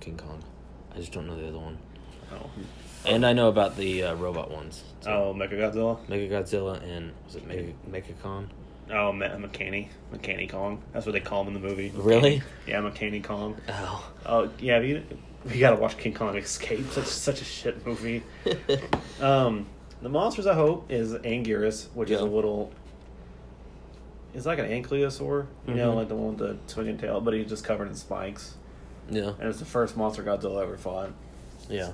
[SPEAKER 1] King Kong. I just don't know the other one.
[SPEAKER 2] Oh,
[SPEAKER 1] And I know about the uh, robot ones.
[SPEAKER 2] oh, Mechagodzilla.
[SPEAKER 1] Mega Godzilla and was it Mega Megacon?
[SPEAKER 2] Oh, Ma- McCanny, McCanny Kong. That's what they call him in the movie. *laughs*
[SPEAKER 1] Really?
[SPEAKER 2] Yeah, McCanny Kong. *laughs*
[SPEAKER 1] Oh.
[SPEAKER 2] Oh yeah, you, we gotta watch King Kong Escape. Such such a shit movie. Um, the monsters I hope is Anguirus, which is a
[SPEAKER 1] Yeah.
[SPEAKER 2] little. It's like an ankylosaur, you know,
[SPEAKER 1] Mhm.
[SPEAKER 2] like the one with the swinging tail, but he's just covered in spikes,
[SPEAKER 1] yeah.
[SPEAKER 2] and it's the first monster Godzilla ever fought.
[SPEAKER 1] Yeah.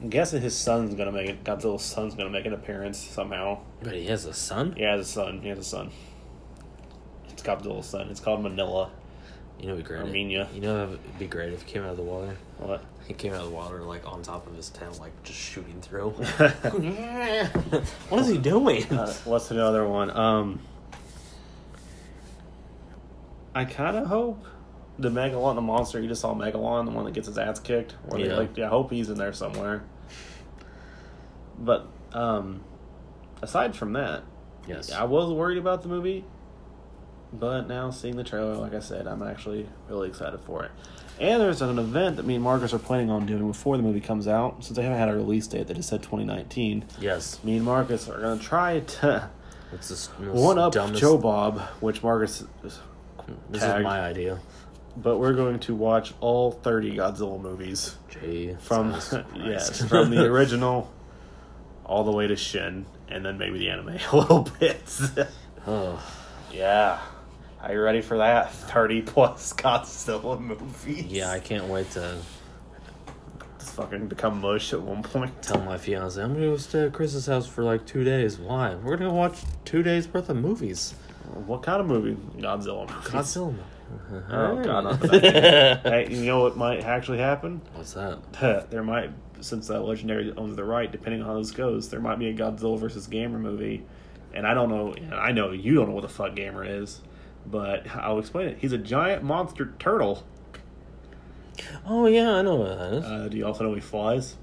[SPEAKER 2] I'm guessing his son's gonna make it. Godzilla's son's gonna make an appearance somehow.
[SPEAKER 1] But he has a son?
[SPEAKER 2] He has a son. He has a son. It's Godzilla's son. It's called Manila.
[SPEAKER 1] You know, it'd be great. if-
[SPEAKER 2] Armenia.
[SPEAKER 1] you know, it'd be great if he came out of the water.
[SPEAKER 2] What?
[SPEAKER 1] He came out of the water, like, on top of his tail, like, just shooting
[SPEAKER 2] *laughs*
[SPEAKER 1] through.
[SPEAKER 2] uh,
[SPEAKER 1] what is he doing?
[SPEAKER 2] what's another one? Um, I kind of hope the Megalon, the monster you just saw, Megalon, the one that gets his ass kicked. Or they,
[SPEAKER 1] Yeah.
[SPEAKER 2] like, yeah, I hope he's in there somewhere. But um, aside from that,
[SPEAKER 1] yes.
[SPEAKER 2] I was worried about the movie, but now seeing the trailer, like I said, I'm actually really excited for it. And there's an event that me and Marcus are planning on doing before the movie comes out, since they haven't had a release date. They just said 2019.
[SPEAKER 1] yes.
[SPEAKER 2] Me and Marcus are gonna try to
[SPEAKER 1] It's the s- most
[SPEAKER 2] one up
[SPEAKER 1] dumbest.
[SPEAKER 2] Joe Bob, which Marcus,
[SPEAKER 1] This
[SPEAKER 2] Tag.
[SPEAKER 1] is my idea.
[SPEAKER 2] but we're going to watch all 30 Godzilla movies
[SPEAKER 1] Gee.
[SPEAKER 2] from *laughs* yes from
[SPEAKER 1] *laughs*
[SPEAKER 2] *laughs* the original all the way to Shin, and then maybe the anime *laughs* a little bit.
[SPEAKER 1] oh,
[SPEAKER 2] Yeah. Are you ready for that? 30 plus Godzilla movies.
[SPEAKER 1] yeah, I can't wait to
[SPEAKER 2] It's fucking become mush at one point.
[SPEAKER 1] tell my fiance I'm gonna go stay at Chris's house for like two days. Why? We're gonna watch two days worth of movies.
[SPEAKER 2] What kind of movie? Godzilla movies.
[SPEAKER 1] Godzilla. Uh-huh.
[SPEAKER 2] Oh, God, *laughs* not the
[SPEAKER 1] *laughs*
[SPEAKER 2] Hey, you know what might actually happen?
[SPEAKER 1] What's that?
[SPEAKER 2] There might, since that legendary owns the right, depending on how this goes, there might be a Godzilla versus Gamer movie. And I don't know, and I know you don't know what the fuck Gamer is, but I'll explain it. He's a giant monster turtle.
[SPEAKER 1] Oh yeah, I know what that is.
[SPEAKER 2] Uh, do you also know he flies?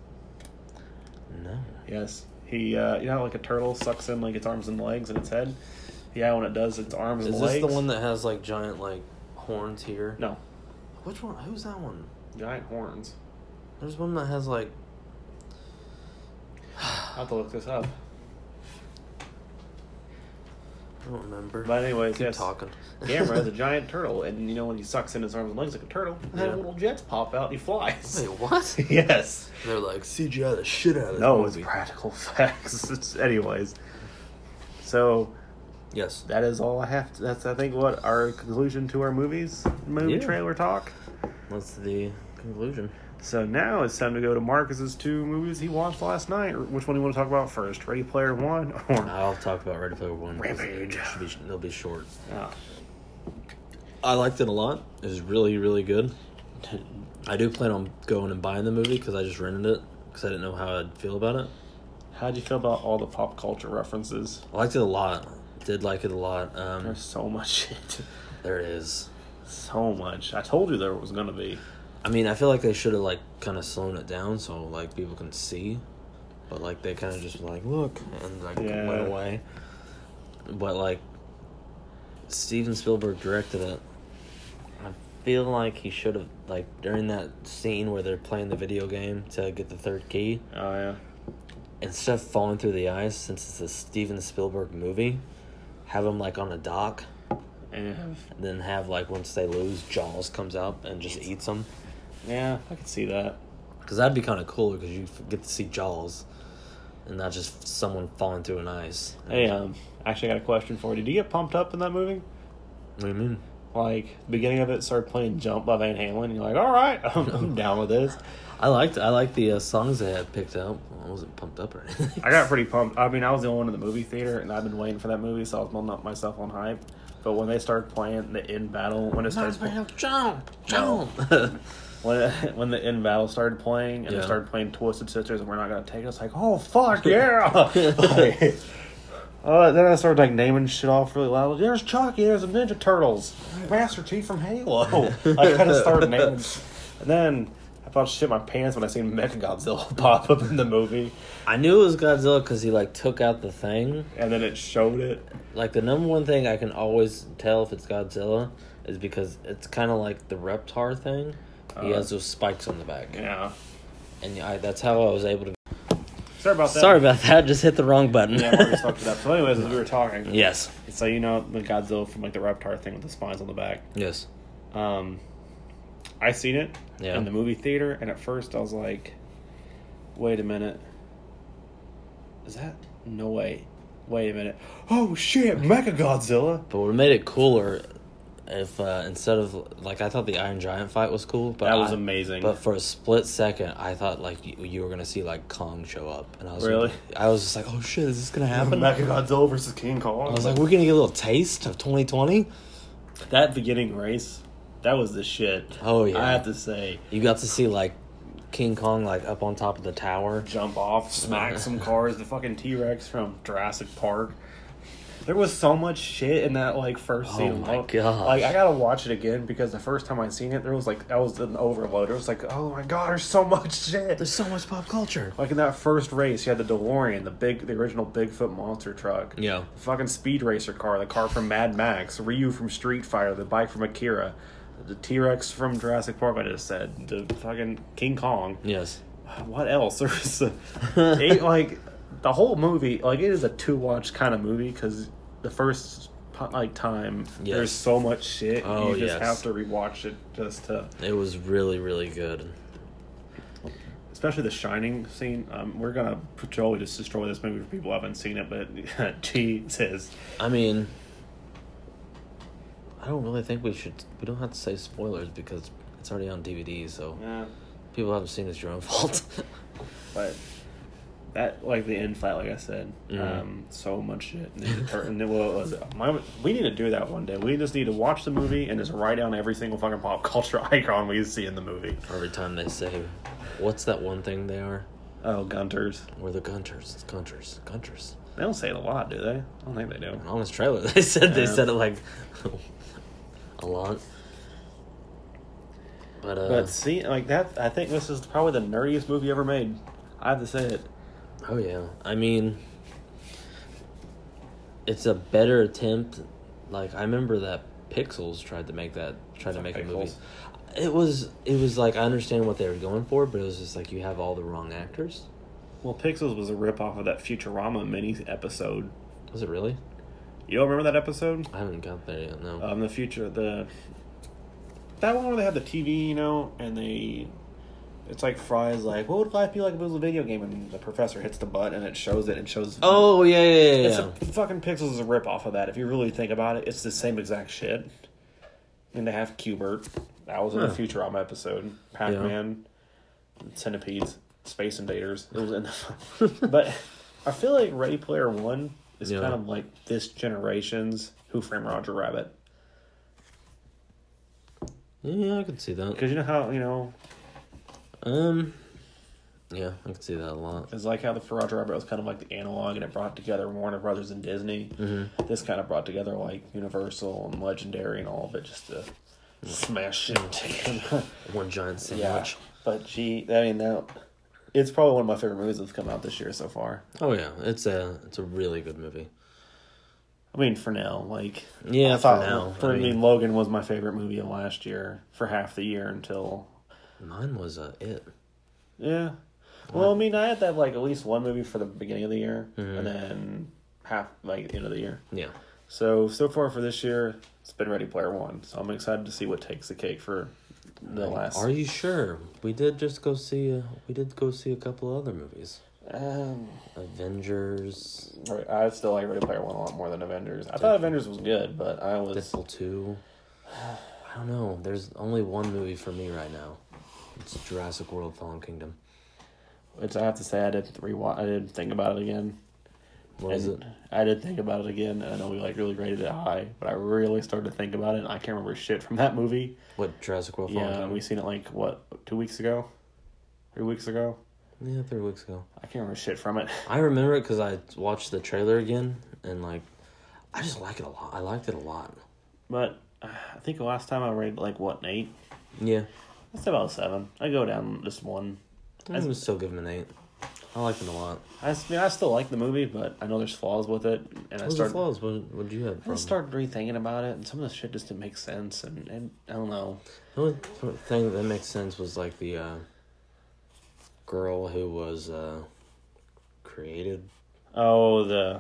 [SPEAKER 1] no.
[SPEAKER 2] Yes. He, uh, you know, how, like a turtle sucks in like its arms and legs and its head. Yeah, when it does its arms
[SPEAKER 1] Is
[SPEAKER 2] and
[SPEAKER 1] this
[SPEAKER 2] legs.
[SPEAKER 1] the one that has like giant like horns here?
[SPEAKER 2] No,
[SPEAKER 1] Which one? Who's that one?
[SPEAKER 2] giant horns.
[SPEAKER 1] There's one that has like.
[SPEAKER 2] I have to look this up.
[SPEAKER 1] I don't remember.
[SPEAKER 2] But anyways,
[SPEAKER 1] Keep
[SPEAKER 2] yes.
[SPEAKER 1] talking.
[SPEAKER 2] Gamera
[SPEAKER 1] *laughs*
[SPEAKER 2] is a giant turtle, and you know when he sucks in his arms and legs like a turtle,
[SPEAKER 1] Yeah.
[SPEAKER 2] little jets pop out. and He *laughs* flies.
[SPEAKER 1] Wait, what?
[SPEAKER 2] yes.
[SPEAKER 1] They're like CGI the shit out of this
[SPEAKER 2] No, it's
[SPEAKER 1] movie.
[SPEAKER 2] practical *laughs* facts. *laughs* It's, anyways, so
[SPEAKER 1] yes.
[SPEAKER 2] that is all I have. To, that's I think what our conclusion to our movies movie
[SPEAKER 1] Yeah.
[SPEAKER 2] trailer talk.
[SPEAKER 1] What's the conclusion?
[SPEAKER 2] So now it's time to go to Marcus's two movies he watched last night. Which one do you want to talk about first? Ready Player One *laughs* or
[SPEAKER 1] I'll talk about Ready Player One. 'cause
[SPEAKER 2] Rampage.
[SPEAKER 1] it should be- It'll be short.
[SPEAKER 2] oh.
[SPEAKER 1] I liked it a lot. It was really, really good. I do plan on going and buying the movie because I just rented it because I didn't know how I'd feel about it.
[SPEAKER 2] *laughs* How'd you feel about all the pop culture references?
[SPEAKER 1] I liked it a lot. Did like it a lot. Um,
[SPEAKER 2] There's so much *laughs* shit.
[SPEAKER 1] there it is.
[SPEAKER 2] So much. I told you there was gonna be.
[SPEAKER 1] I mean, I feel like they should have like kind of slowed it down so like people can see, but like they kind of just were like look and like
[SPEAKER 2] Yeah.
[SPEAKER 1] went away. But like Steven Spielberg directed it. I feel like he should have like during that scene where they're playing the video game to get the third key
[SPEAKER 2] Oh yeah.
[SPEAKER 1] instead of falling through the ice since it's a Steven Spielberg movie, have him like on a dock.
[SPEAKER 2] Yeah.
[SPEAKER 1] and Then have like once they lose, Jaws comes up and just eats them.
[SPEAKER 2] Yeah, I could see that.
[SPEAKER 1] Because that'd be kind of cool because you f- get to see Jaws and not just someone falling through an ice.
[SPEAKER 2] Hey, um, actually, I got a question for you. Did you get pumped up in that movie?
[SPEAKER 1] What do you mean?
[SPEAKER 2] Like, beginning of it started playing Jump by Van Halen, and you're like, all right, *laughs* I'm, I'm down with this.
[SPEAKER 1] I liked I liked the uh, songs they had picked out. I wasn't pumped up or anything. *laughs*
[SPEAKER 2] I got pretty pumped. I mean, I was the only one in the movie theater, and I've been waiting for that movie, so I was building up myself on hype. But when they started playing the end battle, when it started, pl-
[SPEAKER 1] jump,
[SPEAKER 2] No.
[SPEAKER 1] jump. *laughs*
[SPEAKER 2] when *laughs* when the end battle started playing, and
[SPEAKER 1] Yeah.
[SPEAKER 2] they started playing Twisted Sisters, and we're not gonna take it, it's like, oh fuck *laughs* yeah! Like, uh, then I started like naming shit off really loud. There's Chucky. There's the Ninja Turtles. Master Chief from Halo. *laughs* I kind of started naming, and then I thought shit my pants when I seen Mechagodzilla *laughs* pop up in the movie,
[SPEAKER 1] I knew it was Godzilla because he like took out the thing.
[SPEAKER 2] and then it showed it.
[SPEAKER 1] Like the number one thing I can always tell if it's Godzilla is because it's kind of like the Reptar thing. He
[SPEAKER 2] Uh,
[SPEAKER 1] has those spikes on the back,
[SPEAKER 2] Yeah.
[SPEAKER 1] and I, that's how I was able to.
[SPEAKER 2] Sorry about that.
[SPEAKER 1] Sorry about that. Just hit the wrong button.
[SPEAKER 2] *laughs* yeah, Marcus fucked it up. So, anyways, as we were
[SPEAKER 1] *laughs*
[SPEAKER 2] talking,
[SPEAKER 1] yes.
[SPEAKER 2] so you know the Godzilla from like the Reptar thing with the spines on the back.
[SPEAKER 1] Yes.
[SPEAKER 2] Um, I seen it
[SPEAKER 1] Yeah.
[SPEAKER 2] in the movie theater, and at first I was like, "Wait a minute, is that no way? Wait a minute, oh shit, Mecha *laughs* Godzilla!"
[SPEAKER 1] But what made it cooler, if uh, instead of like I thought the Iron Giant fight was cool, but
[SPEAKER 2] That was
[SPEAKER 1] I-
[SPEAKER 2] amazing.
[SPEAKER 1] But for a split second, I thought like you, you were gonna see like Kong show up, and I was
[SPEAKER 2] Really?
[SPEAKER 1] I was just like, oh shit, is this
[SPEAKER 2] *laughs*
[SPEAKER 1] gonna happen? I
[SPEAKER 2] Mecha Godzilla versus King Kong. I
[SPEAKER 1] was like, we're gonna get a little taste of 2020.
[SPEAKER 2] that beginning race, that was the shit.
[SPEAKER 1] Oh, yeah.
[SPEAKER 2] I have to say,
[SPEAKER 1] You got to see like King Kong like up on top of the tower.
[SPEAKER 2] jump off, smack some cars, the fucking T Rex from Jurassic Park. There was so much shit in that like first
[SPEAKER 1] Oh
[SPEAKER 2] scene.
[SPEAKER 1] my
[SPEAKER 2] Like,
[SPEAKER 1] gosh.
[SPEAKER 2] Like I gotta watch it again because the first time I seen it, there was like I was an overload. It was like, oh my god, there's so much *laughs* shit.
[SPEAKER 1] There's so much pop culture.
[SPEAKER 2] like in that first race, you had the DeLorean, the big, the original Bigfoot monster truck.
[SPEAKER 1] Yeah.
[SPEAKER 2] The fucking speed racer car, the car from Mad Max, Ryu from Street Fighter, the bike from Akira, the T Rex from Jurassic Park. I just said the fucking King Kong
[SPEAKER 1] Yes.
[SPEAKER 2] what else? *laughs* There was a,
[SPEAKER 1] *laughs*
[SPEAKER 2] it, like the whole movie. Like it is a two watch kind of movie because the first like time
[SPEAKER 1] Yes.
[SPEAKER 2] there's so much shit.
[SPEAKER 1] Oh,
[SPEAKER 2] you just
[SPEAKER 1] yes.
[SPEAKER 2] have to rewatch it just to.
[SPEAKER 1] It was really really good.
[SPEAKER 2] Especially the Shining scene. Um, we're gonna totally just destroy this movie for people who haven't seen it, but *laughs* Jesus.
[SPEAKER 1] I mean, I don't really think we should. We don't have to say spoilers because it's already on DVD. So
[SPEAKER 2] Yeah,
[SPEAKER 1] people haven't seen it's your own fault. *laughs*
[SPEAKER 2] but that like the end fight, like I said,
[SPEAKER 1] Mhm.
[SPEAKER 2] um, so much shit. And, then the tur- and then what was it? My, we need to do that one day. We just need to watch the movie and just write down every single fucking pop culture *laughs* icon we see in the movie.
[SPEAKER 1] Every time they say, "What's that one thing they are?"
[SPEAKER 2] Oh, Gunters.
[SPEAKER 1] We're the Gunters. It's Gunters. Gunters.
[SPEAKER 2] They don't say it a lot, do they? I don't think they do.
[SPEAKER 1] On this trailer, *laughs* they said they
[SPEAKER 2] Yeah.
[SPEAKER 1] said it like *laughs* a lot. But uh,
[SPEAKER 2] But see, like that, I think this is probably the nerdiest movie ever made. I have to say it.
[SPEAKER 1] Oh yeah. I mean it's a better attempt. Like I remember that Pixels tried to make that tried to
[SPEAKER 2] Fuck
[SPEAKER 1] make a
[SPEAKER 2] Pixels.
[SPEAKER 1] movie. It was it was like I understand what they were going for, but it was just like you have all the wrong actors.
[SPEAKER 2] Well, Pixels was a ripoff of that Futurama mini episode.
[SPEAKER 1] Was it really?
[SPEAKER 2] You don't remember that episode?
[SPEAKER 1] I haven't got there yet, no.
[SPEAKER 2] Um, the future, the that one where they had the TV, you know, and they it's like Fry's like, what would life be like if it was a video game? And the professor hits the button and it shows it and shows.
[SPEAKER 1] oh yeah yeah yeah.
[SPEAKER 2] it's
[SPEAKER 1] yeah.
[SPEAKER 2] a, fucking Pixels is a ripoff of that. If you really think about it, it's the same exact shit. And they have Cubert. That was in the
[SPEAKER 1] Huh.
[SPEAKER 2] Futurama episode. Pac Man, centipedes, space invaders. It was in
[SPEAKER 1] *laughs*
[SPEAKER 2] the. *laughs* but I feel like Ready Player One is
[SPEAKER 1] Yeah.
[SPEAKER 2] kind of like this generation's Who Framed Roger Rabbit.
[SPEAKER 1] yeah, I could see that.
[SPEAKER 2] Because you know how, you know,
[SPEAKER 1] Um yeah, I could see that a lot.
[SPEAKER 2] it's like how the Roger Rabbit was kind of like the analog and it brought together Warner Brothers and Disney. Mm-hmm. This kind of brought together like Universal and Legendary and all of it just to smash it *laughs* together.
[SPEAKER 1] One giant
[SPEAKER 2] yeah.
[SPEAKER 1] sandwich.
[SPEAKER 2] But gee, I mean, that, it's probably one of my favorite movies that's come out this year so far.
[SPEAKER 1] Oh yeah, it's a it's a really good movie.
[SPEAKER 2] I mean, for now, like
[SPEAKER 1] Yeah,
[SPEAKER 2] I
[SPEAKER 1] for
[SPEAKER 2] thought,
[SPEAKER 1] now.
[SPEAKER 2] For
[SPEAKER 1] I
[SPEAKER 2] me,
[SPEAKER 1] mean- Logan was
[SPEAKER 2] my favorite movie of last year for half the year until
[SPEAKER 1] Mine was uh, it.
[SPEAKER 2] Yeah. Well, I mean, I had that like at least one movie for the beginning of the year, and then half like end of the year.
[SPEAKER 1] Yeah.
[SPEAKER 2] So so far for this year, it's been Ready Player One. So I'm excited to see what takes the cake for the last.
[SPEAKER 1] Are you sure? We did just go see. Uh, we did go see a couple other movies.
[SPEAKER 2] Um,
[SPEAKER 1] Avengers,
[SPEAKER 2] right, I still like Ready Player One a lot more than Avengers. I thought Avengers was good, but I was
[SPEAKER 1] Deadpool two. I don't know. There's only one movie for me right now. It's Jurassic World: Fallen Kingdom.
[SPEAKER 2] which I have to say I did rewatch. I did think about it again.
[SPEAKER 1] What is it?
[SPEAKER 2] and I did think about it again, and I know we like really rated it high, but I really started to think about it, and I can't remember shit from that movie.
[SPEAKER 1] What Jurassic World? Fallen
[SPEAKER 2] Yeah, we seen it like what two weeks ago, three weeks ago.
[SPEAKER 1] Kingdom? Yeah, three weeks ago.
[SPEAKER 2] I can't remember shit from it. *laughs*
[SPEAKER 1] I remember it because I watched the trailer again and like, I just like it a lot. I liked it a lot.
[SPEAKER 2] But uh, I think the last time I rated like what an eight.
[SPEAKER 1] Yeah,
[SPEAKER 2] That's about a seven. I go down just one.
[SPEAKER 1] I would still give him an eight. I liked it a lot.
[SPEAKER 2] I, s- I mean, I still like the movie, but I know there's flaws with it, and
[SPEAKER 1] What
[SPEAKER 2] I
[SPEAKER 1] was the
[SPEAKER 2] started.
[SPEAKER 1] flaws? What would you have?
[SPEAKER 2] I
[SPEAKER 1] From?
[SPEAKER 2] just started rethinking about it, and some of the shit just didn't make sense, and, and I don't know.
[SPEAKER 1] The only th- thing that makes sense was like the uh, girl who was uh, created,
[SPEAKER 2] Oh, the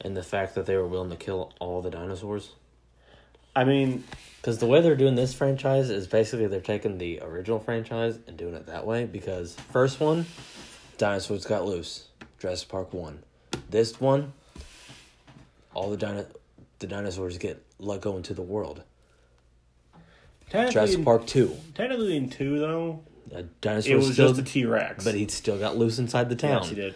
[SPEAKER 1] and the fact that they were willing to kill all the dinosaurs.
[SPEAKER 2] I mean,
[SPEAKER 1] Because the way they're doing this franchise is basically they're taking the original franchise and doing it that way. Because first one, dinosaurs got loose, Jurassic Park one. This one, all the dino- the dinosaurs get let go into the world.
[SPEAKER 2] technically,
[SPEAKER 1] Jurassic Park two,
[SPEAKER 2] technically in two though,
[SPEAKER 1] a
[SPEAKER 2] it
[SPEAKER 1] dinosaur
[SPEAKER 2] was
[SPEAKER 1] still,
[SPEAKER 2] just a T Rex.
[SPEAKER 1] but he still got loose inside the town.
[SPEAKER 2] yes, he did.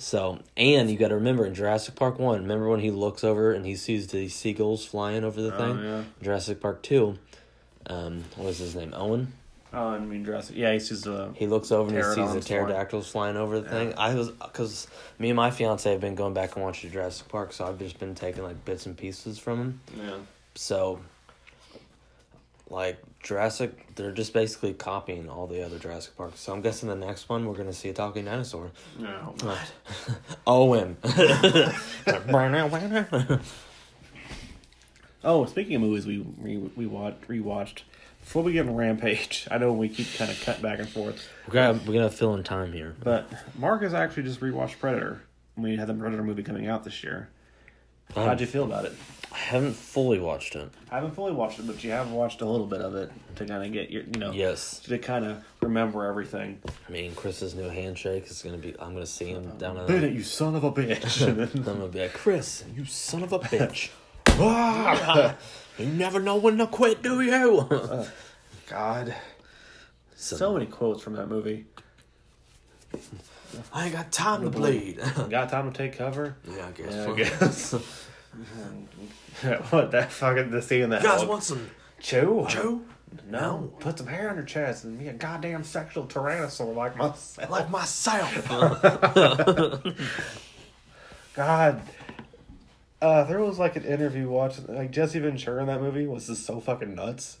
[SPEAKER 1] So, and you got to remember in Jurassic Park 1, remember when he looks over and he sees the seagulls flying over the
[SPEAKER 2] Oh
[SPEAKER 1] thing?
[SPEAKER 2] yeah.
[SPEAKER 1] Jurassic Park 2, um, what was his name? Owen?
[SPEAKER 2] Oh, I mean Jurassic. Yeah, he's just uh,
[SPEAKER 1] He looks over and he sees the
[SPEAKER 2] Pterodons flying.
[SPEAKER 1] pterodactyls flying over the thing. I was, because me and my fiance have been going back and watching Jurassic Park, so I've just been taking like bits and pieces from him.
[SPEAKER 2] yeah.
[SPEAKER 1] So, like, Jurassic, they're just basically copying all the other Jurassic Parks. So I'm guessing the next one we're going to see a talking dinosaur.
[SPEAKER 2] No.
[SPEAKER 1] *laughs*
[SPEAKER 2] *laughs*
[SPEAKER 1] Owen.
[SPEAKER 2] Oh, speaking of movies, we we we watched rewatched. Before we get on Rampage, *laughs* I know we keep kind of cut back and forth,
[SPEAKER 1] We're gonna we're gonna fill in time here.
[SPEAKER 2] but Marcus actually just rewatched Predator. We had the Predator movie coming out this year. How'd you feel about it?
[SPEAKER 1] I haven't fully watched it.
[SPEAKER 2] I haven't fully watched it, but you have watched a little bit of it to kind of get your, you know,
[SPEAKER 1] Yes,
[SPEAKER 2] to kind of remember everything.
[SPEAKER 1] I mean Chris's new handshake is gonna be. I'm gonna see him down in the.
[SPEAKER 2] *laughs* Bennett, you son of a bitch! And then-
[SPEAKER 1] I'm gonna be like Chris, you son of a
[SPEAKER 2] *laughs*
[SPEAKER 1] bitch. *laughs* you never know when to quit, do you? *laughs*
[SPEAKER 2] God, so many quotes from that movie.
[SPEAKER 1] I ain't got time to bleed. *laughs*
[SPEAKER 2] Got time to take cover?
[SPEAKER 1] yeah, I guess.
[SPEAKER 2] Yeah, I guess. *laughs* what that fucking the scene in that
[SPEAKER 1] You guys
[SPEAKER 2] whole-
[SPEAKER 1] want some
[SPEAKER 2] Chew?
[SPEAKER 1] Joe?
[SPEAKER 2] No. Put some hair on your chest and be a goddamn sexual tyrannosaur like myself.
[SPEAKER 1] Like
[SPEAKER 2] *laughs*
[SPEAKER 1] myself.
[SPEAKER 2] God. Uh, there was like an interview watching, like Jesse Ventura in that movie was just so fucking nuts.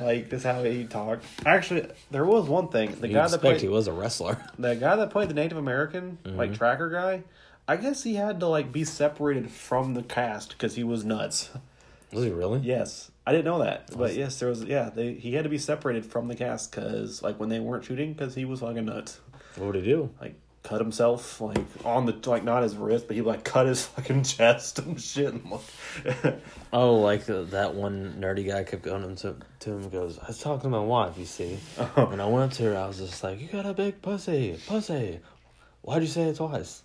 [SPEAKER 2] like this how he talked. Actually, there was one thing the
[SPEAKER 1] you
[SPEAKER 2] guy that
[SPEAKER 1] expect he
[SPEAKER 2] played
[SPEAKER 1] was a wrestler. *laughs*
[SPEAKER 2] the guy that played the Native American like tracker guy. I guess he had to like be separated from the cast because he was nuts.
[SPEAKER 1] Was he really?
[SPEAKER 2] Yes, I didn't know that, but yes, there was. Yeah, they, he had to be separated from the cast because, like, when they weren't shooting, because he was fucking nuts.
[SPEAKER 1] What would he do?
[SPEAKER 2] Like, cut himself, like on the like not his wrist, but he like cut his *laughs* fucking chest and shit. And like, *laughs*
[SPEAKER 1] Oh, like uh, that one nerdy guy kept going up to, to him and goes, I was talking to my wife, you see.
[SPEAKER 2] Oh.
[SPEAKER 1] And I went up to her, I was just like, You got a big pussy, pussy. Why'd you say it twice?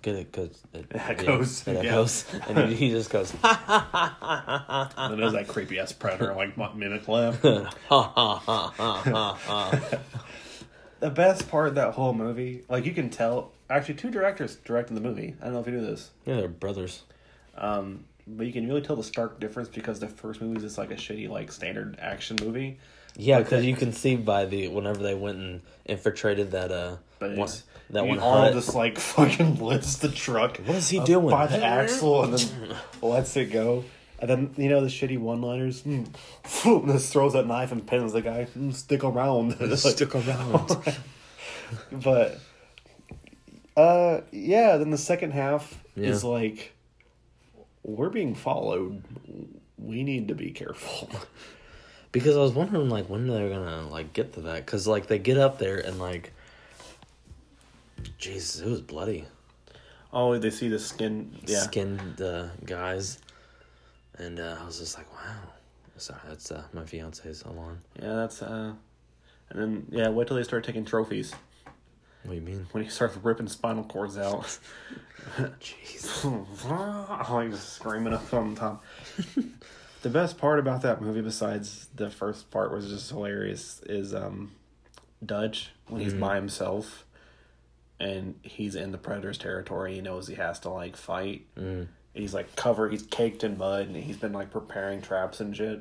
[SPEAKER 1] Get it, cause it,
[SPEAKER 2] Echoes,
[SPEAKER 1] It
[SPEAKER 2] yeah. *laughs*
[SPEAKER 1] echoes. And he, he just goes, *laughs* ha
[SPEAKER 2] and there's that creepy ass predator like mi- mimic laugh.
[SPEAKER 1] ha ha ha ha ha.
[SPEAKER 2] the best part of that whole movie, like you can tell, actually two directors directed the movie. I don't know if you knew this.
[SPEAKER 1] Yeah, they're brothers.
[SPEAKER 2] Um, but you can really tell the stark difference because the first movie is just like a shitty like standard action movie.
[SPEAKER 1] Yeah, because you can see by the whenever they went and infiltrated that uh
[SPEAKER 2] But
[SPEAKER 1] one,
[SPEAKER 2] it's-
[SPEAKER 1] that
[SPEAKER 2] you
[SPEAKER 1] one
[SPEAKER 2] all
[SPEAKER 1] hut.
[SPEAKER 2] just like *laughs* fucking lifts the truck. What
[SPEAKER 1] is he doing?
[SPEAKER 2] By the axle and *laughs* then lets it go. And then you know the shitty one-liners. Mm. Phoom, just throws that knife and pins the guy. Mm, stick around. *laughs*
[SPEAKER 1] Stick around.
[SPEAKER 2] but uh, yeah. Then the second half is
[SPEAKER 1] Yeah.
[SPEAKER 2] like we're being followed. We need to be careful. *laughs*
[SPEAKER 1] Because I was wondering, like, when they're gonna like get to that? Because like they get up there and like, jeez, it was bloody.
[SPEAKER 2] Oh, they see the skin. Yeah,
[SPEAKER 1] Skinned the guys, and uh, I was just like, wow. Sorry, that's uh, my fiance's alarm.
[SPEAKER 2] yeah. That's uh, and then yeah. Wait till they start taking trophies.
[SPEAKER 1] What do you
[SPEAKER 2] *laughs*
[SPEAKER 1] mean?
[SPEAKER 2] when he starts ripping spinal cords out, *laughs*
[SPEAKER 1] Jeez.
[SPEAKER 2] like just screaming up on top. the best part about that movie, besides the first part, was just hilarious. Is um, Dutch when he's by himself, and he's in the Predator's territory. He knows he has to like fight. Mm. He's like covered. He's caked in mud, and he's been like preparing traps and shit.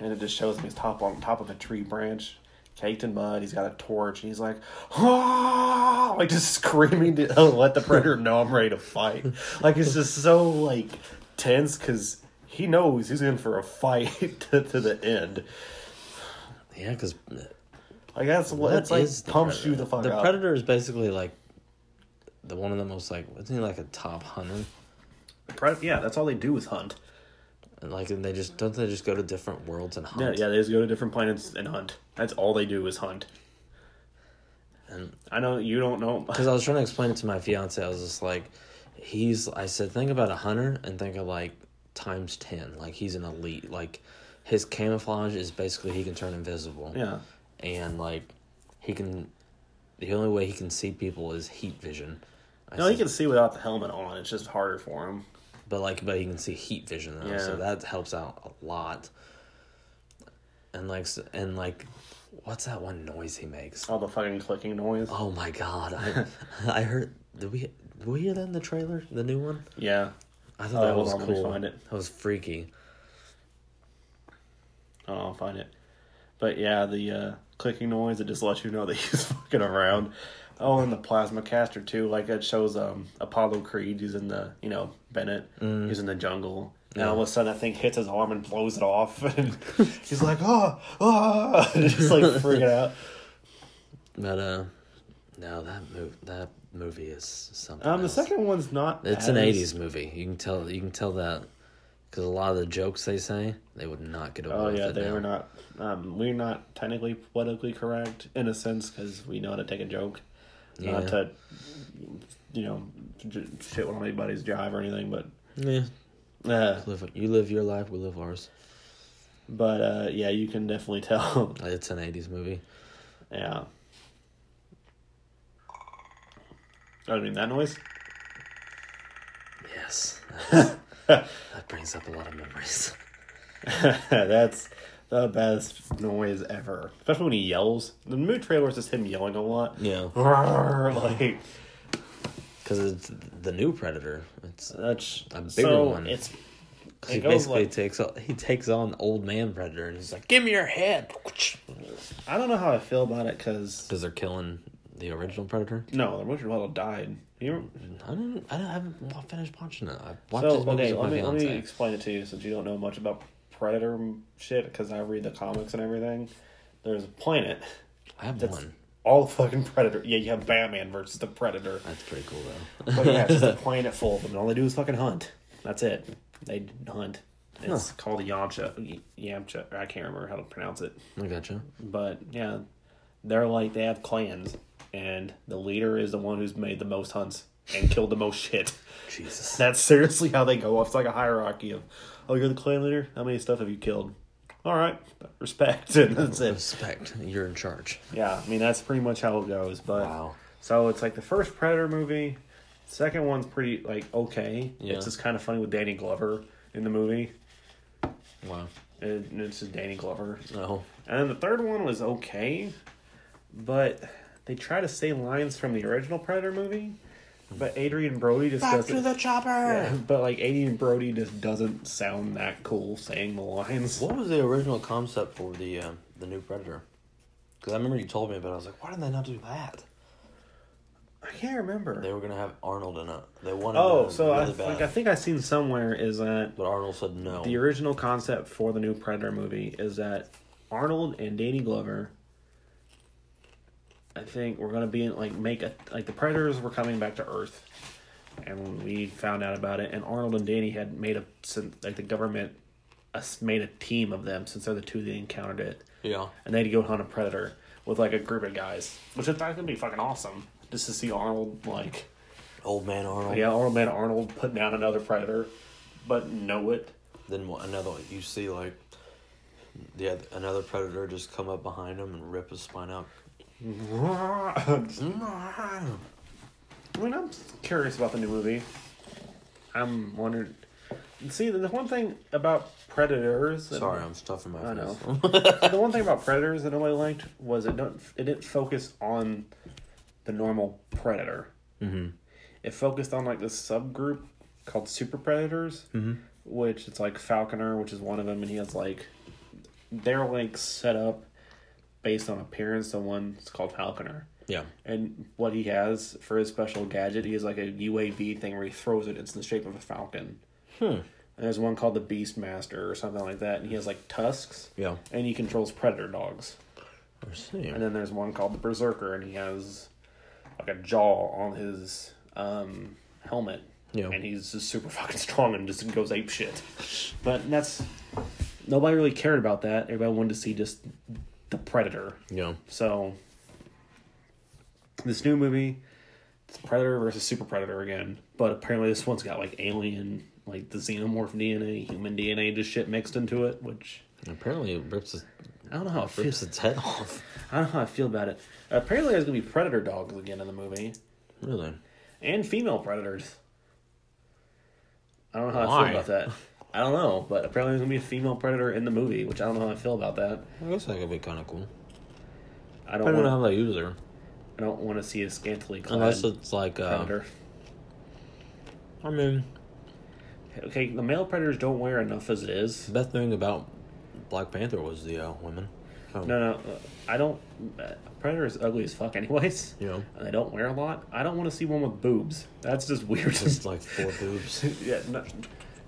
[SPEAKER 2] And it just shows him he's top on top of a tree branch, caked in mud. He's got a torch, and he's like, "Ah!" like just *laughs* screaming to let the predator know I'm ready to fight. Like it's just so like tense because he knows he's in for a fight *laughs* to, to the end.
[SPEAKER 1] Yeah, because
[SPEAKER 2] Like that's what it's like pumps you the fuck
[SPEAKER 1] The
[SPEAKER 2] up.
[SPEAKER 1] predator is basically like the one of the most like isn't he like a top hunter?
[SPEAKER 2] Pred- yeah, that's all they do is hunt.
[SPEAKER 1] And like, and they just don't they just go to different worlds and hunt?
[SPEAKER 2] Yeah, yeah, they just go to different planets and hunt. That's all they do is hunt.
[SPEAKER 1] and
[SPEAKER 2] I know you don't know.
[SPEAKER 1] because I was trying to explain it to my fiance, I was just like, he's. I said, think about a hunter and think of like times ten. Like he's an elite. Like his camouflage is basically he can turn invisible.
[SPEAKER 2] yeah.
[SPEAKER 1] and like he can. The only way he can see people is heat vision. I
[SPEAKER 2] No, he
[SPEAKER 1] said,
[SPEAKER 2] can see without the helmet on. It's just harder for him.
[SPEAKER 1] but like, but he can see heat vision though, so
[SPEAKER 2] Yeah.
[SPEAKER 1] that helps out a lot. And like, s- and like, what's that one noise he makes?
[SPEAKER 2] All the fucking clicking noise.
[SPEAKER 1] Oh my god!
[SPEAKER 2] *laughs*
[SPEAKER 1] I I heard. Did we did we hear that in the trailer? The new one?
[SPEAKER 2] Yeah.
[SPEAKER 1] I thought
[SPEAKER 2] Oh,
[SPEAKER 1] that
[SPEAKER 2] hold
[SPEAKER 1] was
[SPEAKER 2] on, let me
[SPEAKER 1] cool.
[SPEAKER 2] find it.
[SPEAKER 1] That was freaky.
[SPEAKER 2] Oh, I'll find it. But yeah, the uh, clicking noise it just lets you know that *laughs* he's fucking around. Oh, and the plasma caster too. Like it shows um Apollo Creed using the you know Bennett
[SPEAKER 1] Mm.
[SPEAKER 2] using the jungle. And all of a sudden, that thing hits his arm and blows it off, *laughs* and he's like, "Oh, oh!" *laughs* just like freaking out.
[SPEAKER 1] But uh, no, that move that movie is something.
[SPEAKER 2] Um, the
[SPEAKER 1] else.
[SPEAKER 2] second one's not.
[SPEAKER 1] It's
[SPEAKER 2] as-
[SPEAKER 1] an '80s movie. You can tell. You can tell that because a lot of the jokes they say they would not get away
[SPEAKER 2] Oh
[SPEAKER 1] with
[SPEAKER 2] yeah,
[SPEAKER 1] it
[SPEAKER 2] they
[SPEAKER 1] now.
[SPEAKER 2] were not. Um, we're not technically politically correct in a sense because we know how to take a joke,
[SPEAKER 1] Yeah.
[SPEAKER 2] not to, you know, j- shit on anybody's jive or anything. But
[SPEAKER 1] Yeah,
[SPEAKER 2] Uh,
[SPEAKER 1] live, you live your life. We live ours.
[SPEAKER 2] but uh, yeah, you can definitely *laughs* tell.
[SPEAKER 1] It's an '80s movie.
[SPEAKER 2] yeah. I mean that noise. *laughs*
[SPEAKER 1] Yes, that- that brings up a lot of memories.
[SPEAKER 2] That's the best noise ever, especially when he yells. The new trailer is just him yelling a lot.
[SPEAKER 1] *laughs*
[SPEAKER 2] *laughs*
[SPEAKER 1] Yeah,
[SPEAKER 2] like
[SPEAKER 1] because it's the new Predator. It's
[SPEAKER 2] that's
[SPEAKER 1] A bigger
[SPEAKER 2] so
[SPEAKER 1] one.
[SPEAKER 2] It's
[SPEAKER 1] He
[SPEAKER 2] It goes
[SPEAKER 1] basically
[SPEAKER 2] like-
[SPEAKER 1] takes on, he takes on old man predator and he's like, "Give me your head," *laughs*
[SPEAKER 2] I don't know how I feel about it because
[SPEAKER 1] because they're killing the original predator.
[SPEAKER 2] no, the Richard Weddle died. You
[SPEAKER 1] I don't, I, don't, I haven't wa- finished watching it. I watched
[SPEAKER 2] so
[SPEAKER 1] this movie
[SPEAKER 2] okay,
[SPEAKER 1] with
[SPEAKER 2] let
[SPEAKER 1] my
[SPEAKER 2] me let
[SPEAKER 1] fiance.
[SPEAKER 2] me explain it to you since you don't know much about Predator m- shit because I read the comics and everything. There's a planet.
[SPEAKER 1] I have
[SPEAKER 2] That's
[SPEAKER 1] one.
[SPEAKER 2] all fucking Predator. Yeah, you have Batman versus the Predator.
[SPEAKER 1] That's pretty cool though.
[SPEAKER 2] But yeah,
[SPEAKER 1] *laughs*
[SPEAKER 2] it's just a planet full of them. And all they do is fucking hunt. That's it. They hunt. It's called Yamcha. Yamcha. I can't remember how to pronounce it.
[SPEAKER 1] *laughs* I gotcha.
[SPEAKER 2] But yeah, they're like they have clans, and the leader is the one who's made the most hunts and killed the most shit.
[SPEAKER 1] Jesus.
[SPEAKER 2] *laughs* That's seriously how they go. It's like a hierarchy of, oh, you're the clan leader. How many stuff have you killed? All right, respect, *laughs* and that's it.
[SPEAKER 1] Respect. You're in charge.
[SPEAKER 2] Yeah, I mean that's pretty much how it goes. But
[SPEAKER 1] Wow.
[SPEAKER 2] so it's like the first Predator movie. Second one's pretty like okay.
[SPEAKER 1] Yeah.
[SPEAKER 2] It's just kind of funny with Danny Glover in the movie.
[SPEAKER 1] Wow.
[SPEAKER 2] It- it's just Danny Glover.
[SPEAKER 1] No.
[SPEAKER 2] And then the third one was okay, but they try to say lines from the original Predator movie, but Adrian Brody just doesn't.
[SPEAKER 1] chopper.
[SPEAKER 2] Yeah, but like Adrian Brody just doesn't sound that cool saying the lines.
[SPEAKER 1] What was the original concept for the uh, the new predator? Because I remember you told me, but I was like, why did they not do that?
[SPEAKER 2] I can't remember.
[SPEAKER 1] They were gonna have Arnold in it. They wanted.
[SPEAKER 2] oh,
[SPEAKER 1] him
[SPEAKER 2] so I
[SPEAKER 1] really
[SPEAKER 2] like
[SPEAKER 1] bad.
[SPEAKER 2] I think I seen somewhere is that
[SPEAKER 1] But Arnold said no.
[SPEAKER 2] the original concept for the new Predator movie is that Arnold and Danny Glover. I think we're gonna be in, like make a like the Predators were coming back to Earth, and we found out about it. And Arnold and Danny had made a since like the government, us made a team of them since they're the two that encountered it,
[SPEAKER 1] yeah.
[SPEAKER 2] and they'd go hunt a predator with like a group of guys, which I thought could be fucking awesome. Just to see Arnold like
[SPEAKER 1] Old man Arnold.
[SPEAKER 2] yeah, Arnold man Arnold putting down another predator, but know it.
[SPEAKER 1] Then what, another one. You see like yeah, another predator just come up behind him and rip his spine out.
[SPEAKER 2] I
[SPEAKER 1] I
[SPEAKER 2] mean, I'm curious about the new movie. I'm wondering. See, the one thing about Predators. and-
[SPEAKER 1] Sorry, I'm stuffing my face.
[SPEAKER 2] I know. *laughs* the one thing about Predators that nobody liked was it don't it didn't focus on the normal Predator.
[SPEAKER 1] mm-hmm.
[SPEAKER 2] It focused on like this subgroup called Super Predators,
[SPEAKER 1] Mm-hmm.
[SPEAKER 2] which it's like Falconer, which is one of them, and he has like they're like set up based on appearance. The one's called Falconer.
[SPEAKER 1] Yeah.
[SPEAKER 2] And what he has for his special gadget, he has like a UAV thing where he throws it. It's in the shape of a falcon. And there's one called the Beastmaster or something like that, and he has like tusks.
[SPEAKER 1] Yeah.
[SPEAKER 2] And he controls predator dogs.
[SPEAKER 1] I see.
[SPEAKER 2] And then there's one called the Berserker, and he has like a jaw on his um, helmet.
[SPEAKER 1] Yeah.
[SPEAKER 2] And he's just super fucking strong and just goes ape shit. But that's nobody really cared about that. Everybody wanted to see just the predator.
[SPEAKER 1] Yeah.
[SPEAKER 2] So this new movie, it's Predator versus Super Predator again. But apparently, this one's got like alien, like the xenomorph DNA, human DNA, just shit mixed into it. Which
[SPEAKER 1] Apparently, it rips its,
[SPEAKER 2] I don't know how it
[SPEAKER 1] rips
[SPEAKER 2] feels.
[SPEAKER 1] its head off.
[SPEAKER 2] I don't know how I feel about it. Apparently, there's gonna be predator dogs again in the movie,
[SPEAKER 1] Really?
[SPEAKER 2] and female predators. I don't know how I
[SPEAKER 1] Why?
[SPEAKER 2] feel about that. I don't know, but apparently there's gonna be a female predator in the movie, which I don't know how I feel about that.
[SPEAKER 1] I guess that could be kind of cool.
[SPEAKER 2] I
[SPEAKER 1] I
[SPEAKER 2] don't
[SPEAKER 1] don't know
[SPEAKER 2] want.
[SPEAKER 1] how they use her.
[SPEAKER 2] I don't want to see a scantily clad
[SPEAKER 1] Unless it's like, uh,
[SPEAKER 2] predator.
[SPEAKER 1] I mean,
[SPEAKER 2] Okay, the male predators don't wear enough as it is.
[SPEAKER 1] the best thing about Black Panther was the uh, women. So,
[SPEAKER 2] No, no, uh, I don't. uh, Predator is ugly as fuck, anyways.
[SPEAKER 1] You know,
[SPEAKER 2] And they don't wear a lot. I don't want to see one with boobs. That's just weird.
[SPEAKER 1] just like four boobs.
[SPEAKER 2] *laughs* yeah, no,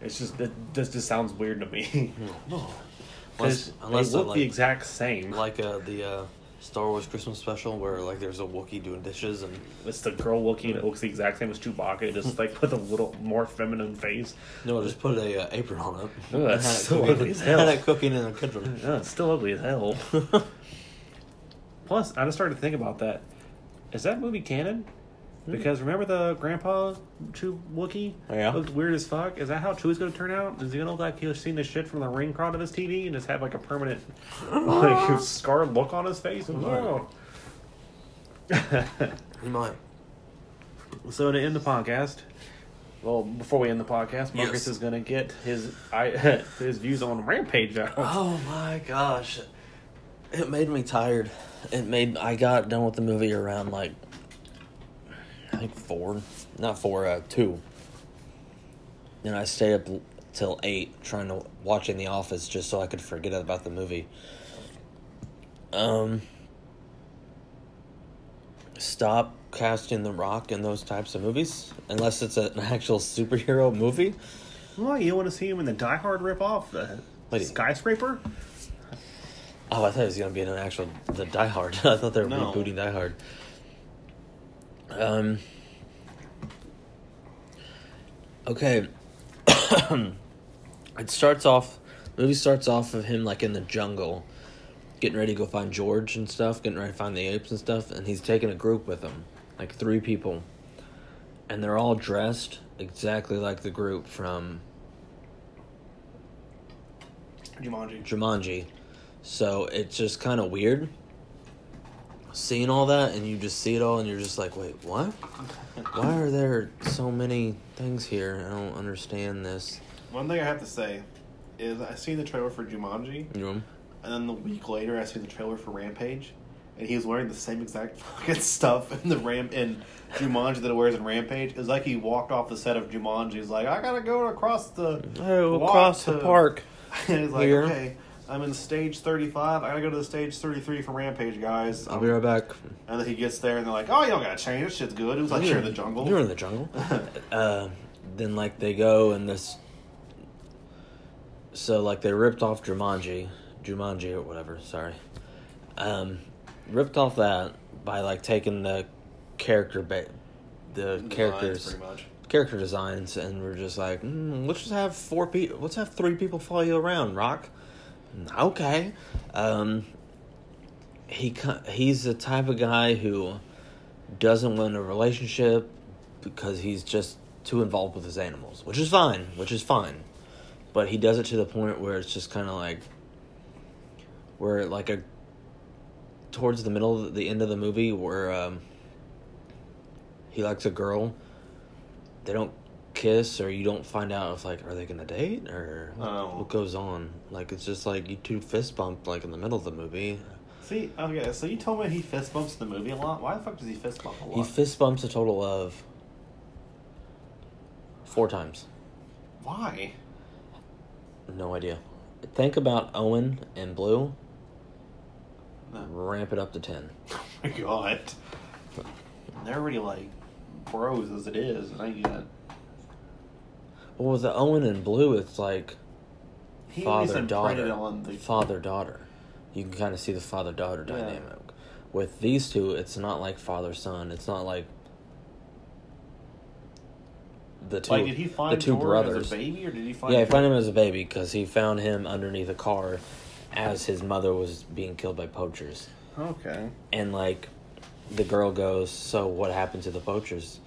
[SPEAKER 2] it's just that this just sounds weird to me.
[SPEAKER 1] Unless,
[SPEAKER 2] *laughs* Because
[SPEAKER 1] Oh. unless
[SPEAKER 2] they
[SPEAKER 1] they're
[SPEAKER 2] look the
[SPEAKER 1] like,
[SPEAKER 2] exact same.
[SPEAKER 1] like uh, the uh, Star Wars Christmas special where like there's a Wookiee doing dishes and
[SPEAKER 2] it's the girl looking. It looks the exact same as Chewbacca, just like with a little more feminine face.
[SPEAKER 1] no, just put a uh, apron on it.
[SPEAKER 2] Ugh, Oh,
[SPEAKER 1] And
[SPEAKER 2] that's
[SPEAKER 1] had it
[SPEAKER 2] so
[SPEAKER 1] cooking-
[SPEAKER 2] ugly as hell.
[SPEAKER 1] Had it cooking in the kitchen.
[SPEAKER 2] No, it's still ugly as hell.
[SPEAKER 1] *laughs*
[SPEAKER 2] Plus, I just started to think about that. Is that movie canon? Because remember the grandpa Chew Wookie
[SPEAKER 1] Oh, Yeah.
[SPEAKER 2] looked weird as fuck. Is that how Chew's gonna turn out? Is he gonna look like he's seen the shit from the ring crowd of his TV and just have like a permanent *laughs* like scarred look on his face? Wow.
[SPEAKER 1] You might.
[SPEAKER 2] *laughs* so to end the podcast, well, before we end the podcast, Marcus
[SPEAKER 1] Yes.
[SPEAKER 2] is gonna get his I, *laughs* his views on Rampage
[SPEAKER 1] *laughs*
[SPEAKER 2] out.
[SPEAKER 1] Oh my gosh. It made me tired. It made I got done with the movie around like I think four. Not four, uh two. And I stayed up l- till eight trying to watch in the office just so I could forget about the movie. Um stop casting the rock in those types of movies unless it's an *laughs* actual superhero movie.
[SPEAKER 2] Why you want to see him in the Die Hard ripoff, the
[SPEAKER 1] Wait.
[SPEAKER 2] skyscraper?
[SPEAKER 1] Oh, I thought it was gonna be in an actual the Die Hard. *laughs* I thought they were
[SPEAKER 2] No.
[SPEAKER 1] rebooting Die Hard. Um. Okay. *coughs* it starts off. Movie starts off of him like in the jungle, getting ready to go find George and stuff, getting ready to find the apes and stuff, and he's taking a group with him, like three people, and they're all dressed exactly like the group from
[SPEAKER 2] Jumanji.
[SPEAKER 1] Jumanji. So it's just kind of weird seeing all that, and you just see it all, and you're just like, wait, what? Why are there so many things here? I don't understand this.
[SPEAKER 3] One thing I have to say is I seen the trailer for Jumanji,
[SPEAKER 1] You know?
[SPEAKER 3] and then the week later I seen the trailer for Rampage, and he was wearing the same exact *laughs* fucking stuff in the Ram in Jumanji that he wears in Rampage. It's like he walked off the set of Jumanji. He's like, I gotta go across the
[SPEAKER 1] Oh,
[SPEAKER 3] lot
[SPEAKER 1] across the
[SPEAKER 3] to-"
[SPEAKER 1] park.
[SPEAKER 3] *laughs* and he's like,
[SPEAKER 1] Here.
[SPEAKER 3] okay, I'm in stage 35. I gotta go to the stage 33 for Rampage, guys.
[SPEAKER 1] I'll be right back.
[SPEAKER 3] And then he gets there, and they're like, oh, you don't gotta change. This shit's good. It was like you're in the jungle.
[SPEAKER 1] You're in
[SPEAKER 3] *laughs*
[SPEAKER 1] the jungle. uh, then like they go and this. So like they ripped off Jumanji, Jumanji or whatever. Sorry, um, ripped off that by like taking the character ba- the
[SPEAKER 3] Designs,
[SPEAKER 1] characters
[SPEAKER 3] pretty much.
[SPEAKER 1] character designs and we're just like mm, let's just have four people let's have three people follow you around rock "Mm, okay um he co- he's the type of guy who doesn't want a relationship because he's just too involved with his animals which is fine which is fine but he does it to the point where it's just kind of like where like a towards the middle the end of the movie where um he likes a girl they don't kiss or you don't find out if like are they gonna date or
[SPEAKER 3] Oh.
[SPEAKER 1] what goes on like it's just like you two fist bumped like in the middle of the movie
[SPEAKER 3] See, okay, so you told me he fist bumps in the movie a lot. Why the fuck does he fist bump a lot?
[SPEAKER 1] he fist bumps a total of four times
[SPEAKER 3] Why?
[SPEAKER 1] no idea think about owen and blue
[SPEAKER 3] No.
[SPEAKER 1] ramp it up to 10
[SPEAKER 3] Oh my god. They're already like bros as it is, and I get
[SPEAKER 1] well with the owen and blue it's like
[SPEAKER 3] he always
[SPEAKER 1] father
[SPEAKER 3] imprinted
[SPEAKER 1] daughter
[SPEAKER 3] on the
[SPEAKER 1] father daughter you can kind of see the father daughter
[SPEAKER 3] Yeah.
[SPEAKER 1] dynamic with these two it's not like father son it's not like the two
[SPEAKER 3] like. Did he find
[SPEAKER 1] the two
[SPEAKER 3] Jordan
[SPEAKER 1] brothers
[SPEAKER 3] as a baby, or did he find?
[SPEAKER 1] yeah he found him as a baby because he found him underneath a car as his mother was being killed by poachers
[SPEAKER 2] Okay.
[SPEAKER 1] and like the girl goes, "So what happened to the poachers?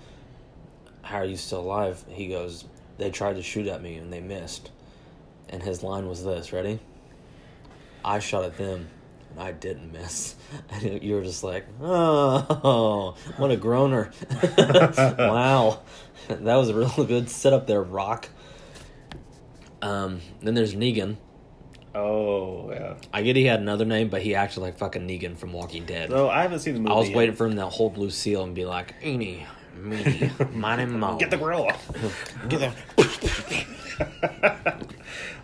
[SPEAKER 1] How are you still alive?" He goes, "They tried to shoot at me and they missed." And his line was this, ready? I shot at them and I didn't miss. *laughs* And you were just like, "Oh, what a groaner." *laughs* wow. That was a real *laughs* good setup there, Rock. Um, then there's Negan.
[SPEAKER 2] Oh yeah.
[SPEAKER 1] I get he had another name, but he acted like fucking Negan from Walking Dead.
[SPEAKER 2] So I haven't seen the movie.
[SPEAKER 1] I was
[SPEAKER 2] yet.
[SPEAKER 1] waiting for him to hold Lucille and be like, "Eeny,
[SPEAKER 2] *laughs*
[SPEAKER 1] meeny, miny, mo."
[SPEAKER 2] Get the grill off. Get the. *laughs*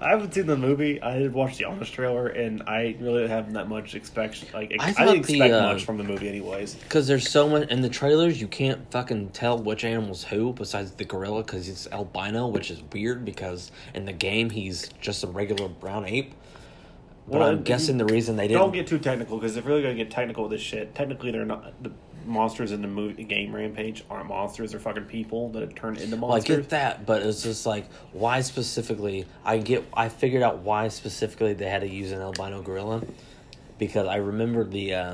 [SPEAKER 2] I haven't seen the movie. I did watch the honest trailer, and I really haven't that much expect. Like ex-
[SPEAKER 1] I
[SPEAKER 2] I,
[SPEAKER 1] thought
[SPEAKER 2] didn't
[SPEAKER 1] the,
[SPEAKER 2] expect
[SPEAKER 1] uh,
[SPEAKER 2] much from the movie, anyways.
[SPEAKER 1] Because there's so much in the trailers, you can't fucking tell which animal's who besides the gorilla because it's albino, which is weird because in the game he's just a regular brown ape. But
[SPEAKER 2] Well,
[SPEAKER 1] I'm guessing the reason they didn't.
[SPEAKER 2] Don't get too technical because if you're really gonna get technical with this shit, technically they're not the monsters in the movie game Rampage aren't monsters; they're fucking people that have turned into
[SPEAKER 1] I
[SPEAKER 2] monsters.
[SPEAKER 1] get that, but it's just like why specifically? I get I figured out why specifically they had to use an albino gorilla because I remember the uh,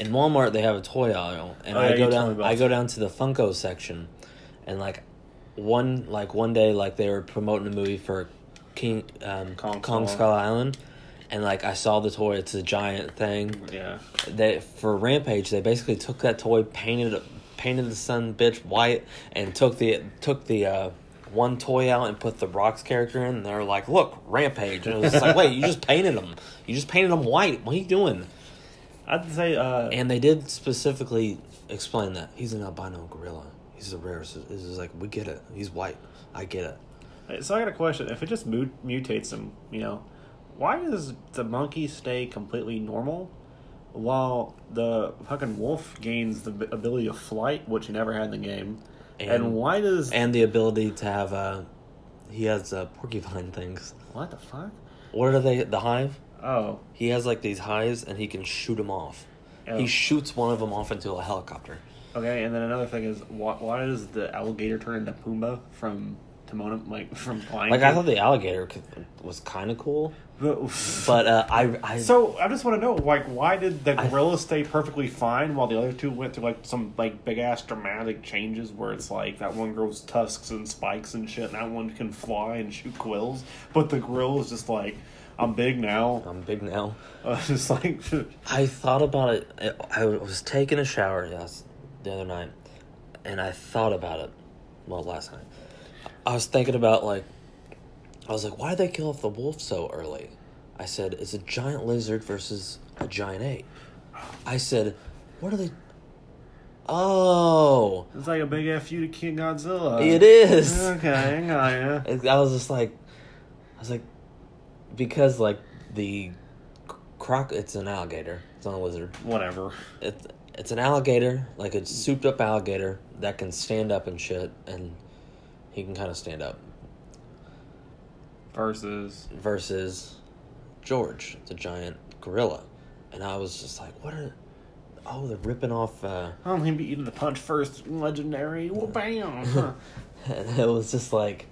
[SPEAKER 1] in Walmart they have a toy aisle, and
[SPEAKER 2] Oh, yeah,
[SPEAKER 1] I
[SPEAKER 2] you
[SPEAKER 1] go
[SPEAKER 2] told me
[SPEAKER 1] down
[SPEAKER 2] about
[SPEAKER 1] I go
[SPEAKER 2] that.
[SPEAKER 1] down to the Funko section, and like one like one day like they were promoting a movie for King um,
[SPEAKER 2] Kong
[SPEAKER 1] Kong,
[SPEAKER 2] Skull
[SPEAKER 1] Skull Island. And like I saw the toy, it's a giant thing
[SPEAKER 2] Yeah,
[SPEAKER 1] they for Rampage, they basically took that toy, painted it- painted the sun bitch white, and took the took the uh, one toy out and put the Rock's character in. And they were like, "Look, Rampage!" And it was just like, "Wait, you just painted them. You just painted them white. What are you doing?"
[SPEAKER 2] I'd say uh,
[SPEAKER 1] And they did specifically explain that he's an albino gorilla. He's the rarest. It's just like we get it. He's white. I get it.
[SPEAKER 2] So I got a question. If it just mu- mutates them, you know, why does the monkey stay completely normal while the fucking wolf gains the b- ability of flight, which he never had in the game? And,
[SPEAKER 1] And-
[SPEAKER 2] why does
[SPEAKER 1] And the ability to have uh, he has uh, porcupine things.
[SPEAKER 2] what the fuck?
[SPEAKER 1] What are they? The hive.
[SPEAKER 2] Oh,
[SPEAKER 1] He has like these highs, and he can shoot them off.
[SPEAKER 2] Oh.
[SPEAKER 1] He shoots one of them off into a helicopter.
[SPEAKER 2] okay. And then another thing is, why, why does the alligator turn into Pumbaa from Timon, of- like from Lion
[SPEAKER 1] Like I
[SPEAKER 2] King?
[SPEAKER 1] thought the alligator c- was kind of cool,
[SPEAKER 2] But- *laughs*
[SPEAKER 1] but uh, I I
[SPEAKER 3] So I just want to know, like, why did the
[SPEAKER 1] I-
[SPEAKER 3] gorilla stay perfectly fine while the other two went through like some like big ass dramatic changes where it's like that one grows tusks and spikes and shit, and that one can fly and shoot quills, but the gorilla is just like, I'm big now,
[SPEAKER 1] I'm big now.
[SPEAKER 3] *laughs* uh, just like,
[SPEAKER 1] I thought about it. I- I was taking a shower yes the other night, and I thought about it. Well, last night, I was thinking about like, I was like, why did they kill off the wolf so early? I said it's a giant lizard versus a giant ape. I said, what are they? Oh,
[SPEAKER 2] it's like a big fu to King Godzilla.
[SPEAKER 1] It is.
[SPEAKER 2] Okay,
[SPEAKER 1] *laughs*
[SPEAKER 2] I got ya.
[SPEAKER 1] It- I was just like, I was like, because like the c- croc, it's an alligator. It's not a lizard.
[SPEAKER 2] Whatever.
[SPEAKER 1] It's it's an alligator, like a souped up alligator that can stand up and shit, and he can kind of stand up.
[SPEAKER 2] Versus
[SPEAKER 1] Versus George, the giant gorilla, and I was just like, what are? Oh, they're ripping off. uh
[SPEAKER 2] Oh, he be eating the punch first. Legendary.
[SPEAKER 1] *laughs*
[SPEAKER 2] Well, bam. Huh.
[SPEAKER 1] and it was just like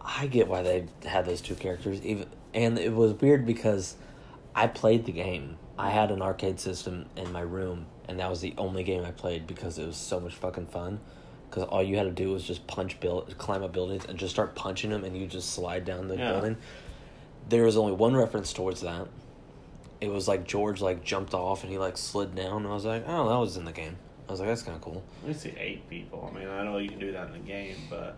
[SPEAKER 1] i get why they had those two characters even and it was weird because i played the game i had an arcade system in my room and that was the only game i played because it was so much fucking fun because all you had to do was just punch build climb up buildings and just start punching them and you just slide down the
[SPEAKER 2] Yeah.
[SPEAKER 1] building there was only one reference towards that it was like george like jumped off and he like slid down and i was like oh that was in the game i was like that's kind of cool
[SPEAKER 2] Let me see eight people. I mean, I know you can do that in the game, but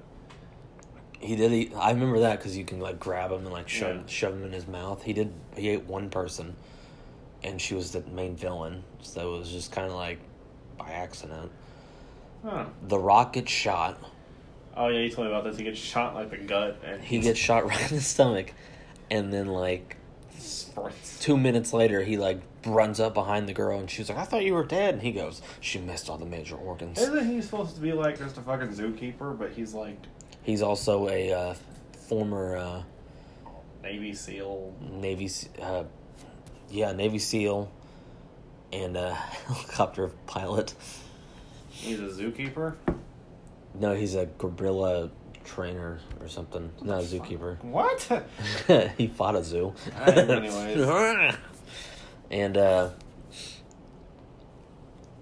[SPEAKER 1] He did. Eat, I remember that because you can like grab him and like shove
[SPEAKER 2] Yeah.
[SPEAKER 1] shove him in his mouth. He did. He ate one person, and she was the main villain. So it was just kind of like by accident.
[SPEAKER 2] huh.
[SPEAKER 1] The Rock gets shot.
[SPEAKER 2] Oh yeah, you told me about this. He gets shot like the gut, and
[SPEAKER 1] He gets shot right in the stomach, and then like
[SPEAKER 2] sprints.
[SPEAKER 1] two minutes later, he like runs up behind the girl and she's like, "I thought you were dead." And he goes, "She missed all the major organs."
[SPEAKER 3] isn't he supposed to be like just a fucking zookeeper? But he's like
[SPEAKER 1] He's also a uh, former uh,
[SPEAKER 2] Navy SEAL.
[SPEAKER 1] Navy, S- uh, yeah, Navy SEAL, and a *laughs* helicopter pilot.
[SPEAKER 2] He's a zookeeper.
[SPEAKER 1] No, he's a gorilla trainer or something. Not a zookeeper. *laughs*
[SPEAKER 3] what?
[SPEAKER 1] Oh, he fought a zoo. *laughs*
[SPEAKER 3] Alright, anyways.
[SPEAKER 1] and uh,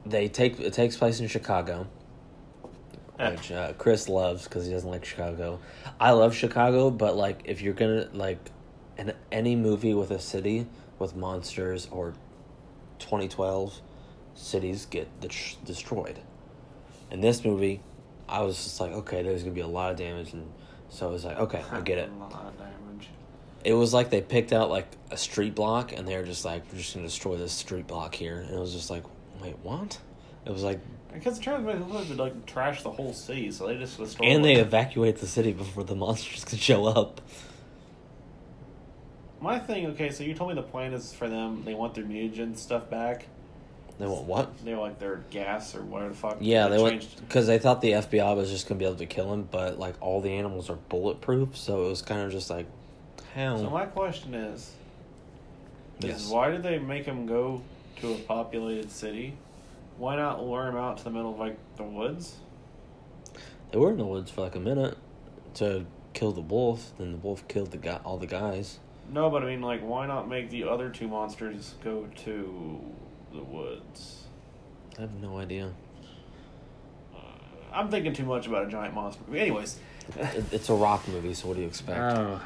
[SPEAKER 1] they take it takes place in Chicago,
[SPEAKER 2] Eh.
[SPEAKER 1] which uh, Chris loves because he doesn't like Chicago. I love Chicago, but like if you're gonna like, in any movie with a city with monsters or, twenty twelve, cities get det- destroyed. In this movie, I was just like, okay, there's gonna be a lot of damage, and so I was like, okay, I get
[SPEAKER 2] *laughs*
[SPEAKER 3] *laughs*
[SPEAKER 1] it.
[SPEAKER 3] A lot of damage.
[SPEAKER 1] It was like they picked out like a street block and they were just like, we're just gonna destroy this street block here. And it was just like, wait, what? It was like,
[SPEAKER 3] Because the trailer would like trash the whole city, so they just destroy.
[SPEAKER 1] and
[SPEAKER 2] Oh.
[SPEAKER 1] they
[SPEAKER 3] it.
[SPEAKER 1] evacuate the city before the monsters could show up.
[SPEAKER 3] My thing, okay, so you told me the plan is for them. They want their mutagen stuff back.
[SPEAKER 1] They want what?
[SPEAKER 3] They want, like their gas or whatever the fuck.
[SPEAKER 1] Yeah, they went
[SPEAKER 3] changed-
[SPEAKER 1] because they thought the FBI was just gonna be able to kill him, but like all the animals are bulletproof, so it was kind of just like, how?
[SPEAKER 3] So my question is,
[SPEAKER 1] Yes.
[SPEAKER 3] is why did they make him go to a populated city? Why not lure him out to the middle of like the woods?
[SPEAKER 1] They were in the woods for like a minute to kill the wolf. Then the wolf killed the guy, all the guys.
[SPEAKER 3] No, but I mean, like, why not make the other two monsters go to the woods? Uh,
[SPEAKER 1] I have no idea.
[SPEAKER 3] I'm thinking too much about a giant monster. Anyways,
[SPEAKER 1] It, it's a rock
[SPEAKER 3] *laughs*
[SPEAKER 1] movie, so what do you expect?
[SPEAKER 2] Oh.